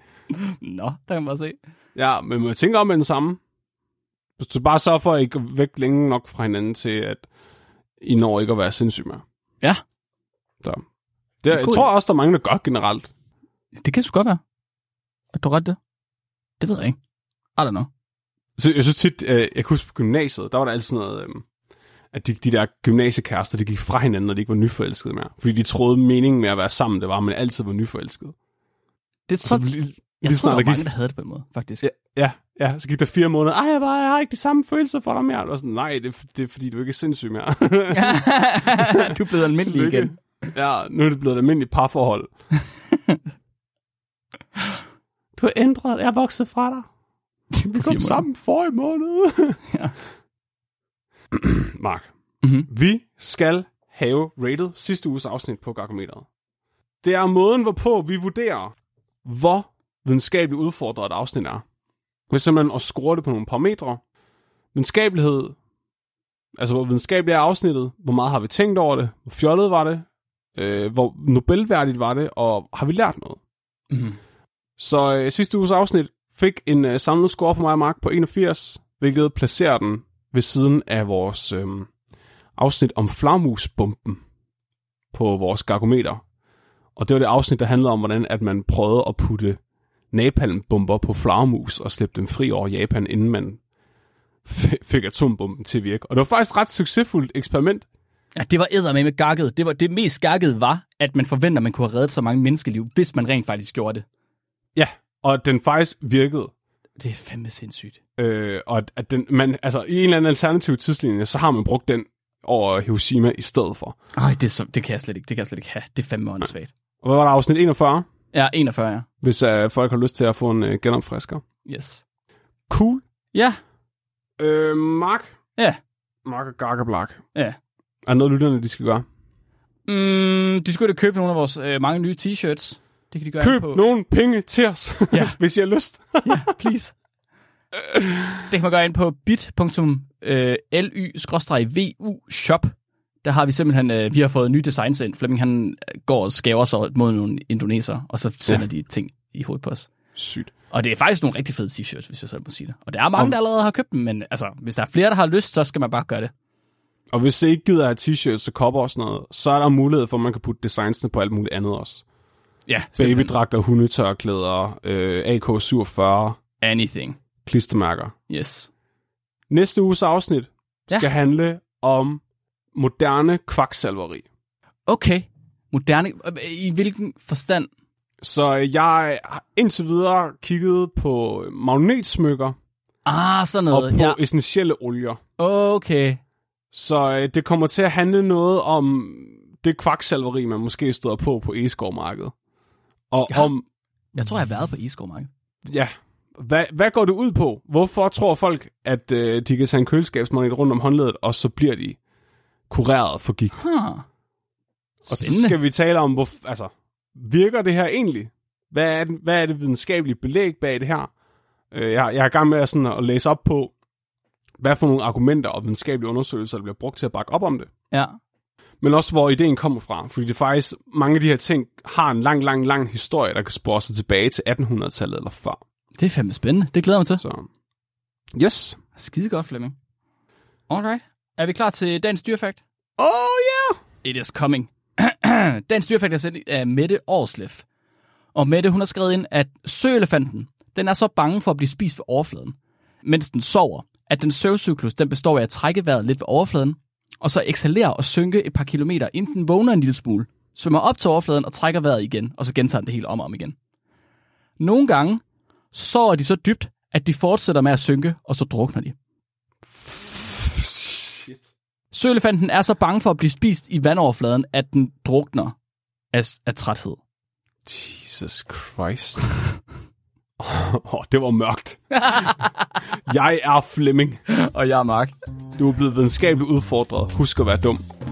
Speaker 1: Nå, der kan man bare se.
Speaker 2: Ja, men man tænker om med den samme. Hvis du bare sørger for at I ikke er væk længe nok fra hinanden til, at I når ikke at være sindssyge mere.
Speaker 1: Ja.
Speaker 2: Så. Det, jeg
Speaker 1: God
Speaker 2: tror også, der er mange, der gør generelt.
Speaker 1: Det kan sgu godt være. Er du ret i det? Det ved jeg ikke. I don't know.
Speaker 2: Så jeg synes tit, øh, jeg kan huske på gymnasiet, der var der altid noget, øh, at de, de der gymnasiekærester, de gik fra hinanden, når de ikke var nyforelskede mere. Fordi de troede, meningen med at være sammen, det var, at man altid var nyforelsket.
Speaker 1: Det
Speaker 2: Så
Speaker 1: tror,
Speaker 2: lige, lige
Speaker 1: jeg tror, der
Speaker 2: snart
Speaker 1: var
Speaker 2: der
Speaker 1: mange,
Speaker 2: gik...
Speaker 1: der havde det på en måde, faktisk.
Speaker 2: Ja, ja, ja, så gik der fire måneder. Ej, jeg, bare, jeg har ikke de samme følelser for dig mere. Og det var sådan, nej, det, er- det er fordi, du ikke er sindssyg mere.
Speaker 1: du er blevet almindelig
Speaker 2: Tillykke.
Speaker 1: igen.
Speaker 2: Ja, nu er det blevet et almindeligt parforhold. du har ændret, jeg er vokset fra dig. Vi kom sammen for i måned.
Speaker 1: Ja.
Speaker 2: Mark,
Speaker 1: Mhm.
Speaker 2: vi skal have rated sidste uges afsnit på Garkometeret. Det er måden, hvorpå vi vurderer, hvor videnskabeligt udfordret et afsnit er. Ved simpelthen at score det på nogle parametre. Videnskabelighed, altså hvor videnskabeligt er afsnittet, hvor meget har vi tænkt over det, hvor fjollet var det, øh, hvor nobelværdigt var det, og har vi lært noget?
Speaker 1: Mhm.
Speaker 2: Så øh, sidste uges afsnit fik en øh, samlet score for mig og Mark på 81, hvilket placerer den ved siden af vores øh, afsnit om flagmusbomben på vores gargometer. Og det var det afsnit, der handlede om, hvordan at man prøvede at putte napalmbomber på flagmus og slippe dem fri over Japan, inden man f- fik atombomben til at virke. Og det var faktisk et ret succesfuldt eksperiment.
Speaker 1: Ja, det var eddermame med gakket. Det, var, det mest gakkede var, at man forventer, at man kunne have reddet så mange menneskeliv, hvis man rent faktisk gjorde det.
Speaker 2: Ja, og den faktisk virkede.
Speaker 1: Det er fandme sindssygt.
Speaker 2: Øh, og at- at den, man, altså, i en eller anden alternativ tidslinje, så har man brugt den over Hiroshima i stedet for.
Speaker 1: Ej, det, er så, det kan jeg slet ikke, det kan jeg slet ikke have. Det er fandme åndssvagt.
Speaker 2: Og hvad var der afsnit 41,
Speaker 1: Ja, 41, ja.
Speaker 2: hvis øh, folk har lyst til at få en øh, genopfrisker?
Speaker 1: Yes.
Speaker 2: Cool.
Speaker 1: Ja,
Speaker 2: Øh, Mark?
Speaker 1: Ja.
Speaker 2: Mark og Gargablak.
Speaker 1: Ja.
Speaker 2: Er der noget, lytterne de skal gøre?
Speaker 1: mm, de skulle da købe nogle af vores øh, mange nye t-shirts. Det kan de gøre
Speaker 2: Køb
Speaker 1: på.
Speaker 2: nogle penge til os,
Speaker 1: Ja.
Speaker 2: ja. hvis I har lyst.
Speaker 1: Ja, please. Det kan man gøre ind på øh, bit.ly-vu shop. Der har vi simpelthen, øh, vi har fået nye designs ind. Flemming han øh, går og skæver sig mod nogle indoneser, og så sender ja. de ting i hovedet på os.
Speaker 2: Sygt.
Speaker 1: Og det er faktisk nogle rigtig fede t-shirts, hvis jeg selv må sige det. Og der er mange,
Speaker 2: Om-
Speaker 1: der allerede har købt dem, men altså, hvis der er flere, der har lyst, så skal man bare gøre det.
Speaker 2: Og hvis det ikke gider at have t-shirts og kopper og sådan noget, så er der mulighed for, at man kan putte designsene på alt muligt andet også.
Speaker 1: Ja, simpelthen.
Speaker 2: Babydragter, hundetørklæder, øh, AK-47,
Speaker 1: Anything.
Speaker 2: klistermærker.
Speaker 1: Yes.
Speaker 2: Næste uges afsnit
Speaker 1: Ja.
Speaker 2: ja. skal handle om moderne kvaksalveri.
Speaker 1: Okay. Moderne. Øh, I hvilken forstand?
Speaker 2: Så øh, jeg har indtil videre kigget på magnetsmykker
Speaker 1: Ah, sådan
Speaker 2: og
Speaker 1: noget.
Speaker 2: på
Speaker 1: Ja.
Speaker 2: ja. essentielle olier.
Speaker 1: Okay.
Speaker 2: Så øh, det kommer til at handle noget om det kvaksalveri, man måske støder på på eskovmarkedet. Og
Speaker 1: Ja.
Speaker 2: ja. om,
Speaker 1: Jeg tror, jeg har været på iskovmarkedet.
Speaker 2: ja, hvad, hvad går det ud på? Hvorfor tror folk, at øh, de kan tage en køleskabsmagnet rundt om håndledet, og så bliver de kureret for gigt?
Speaker 1: Huh.
Speaker 2: Og så
Speaker 1: Spændende.
Speaker 2: skal vi tale om, hvor, altså, virker det her egentlig? Hvad er, den, hvad er det videnskabelige belæg bag det her? Øh, jeg, jeg er i gang med at sådan at læse op på, hvad for nogle argumenter og videnskabelige undersøgelser, der bliver brugt til at bakke op om det.
Speaker 1: Ja.
Speaker 2: Men også, hvor ideen kommer fra. Fordi det faktisk, mange af de her ting har en lang, lang, lang historie, der kan spore sig tilbage til 1800-tallet eller før.
Speaker 1: Det er fandme spændende. Det glæder jeg mig til.
Speaker 2: Så, yes.
Speaker 1: Skide godt, Flemming. Alright. Er vi klar til dagens dyrefakt?
Speaker 2: Oh yeah!
Speaker 1: It is coming. dagens dyrefakt er sendt af Mette Årslef. Og Mette, hun har skrevet ind, at søelefanten, den er så bange for at blive spist ved overfladen, mens den sover, at den søvncyklus, den består af at trække vejret lidt ved overfladen, og så eksalere og synke et par kilometer, inden den vågner en lille smule, svømmer op til overfladen og trækker vejret igen, og så gentager den det hele om og om igen. Nogle gange så sover de så dybt, at de fortsætter med at synke, og så drukner de. Søelefanten er så bange for at blive spist i vandoverfladen, at den drukner af, af træthed.
Speaker 2: Jesus Christ. oh, det var mørkt. jeg er Flemming.
Speaker 1: Og jeg er Mark.
Speaker 2: Du er blevet videnskabeligt udfordret. Husk at være dum.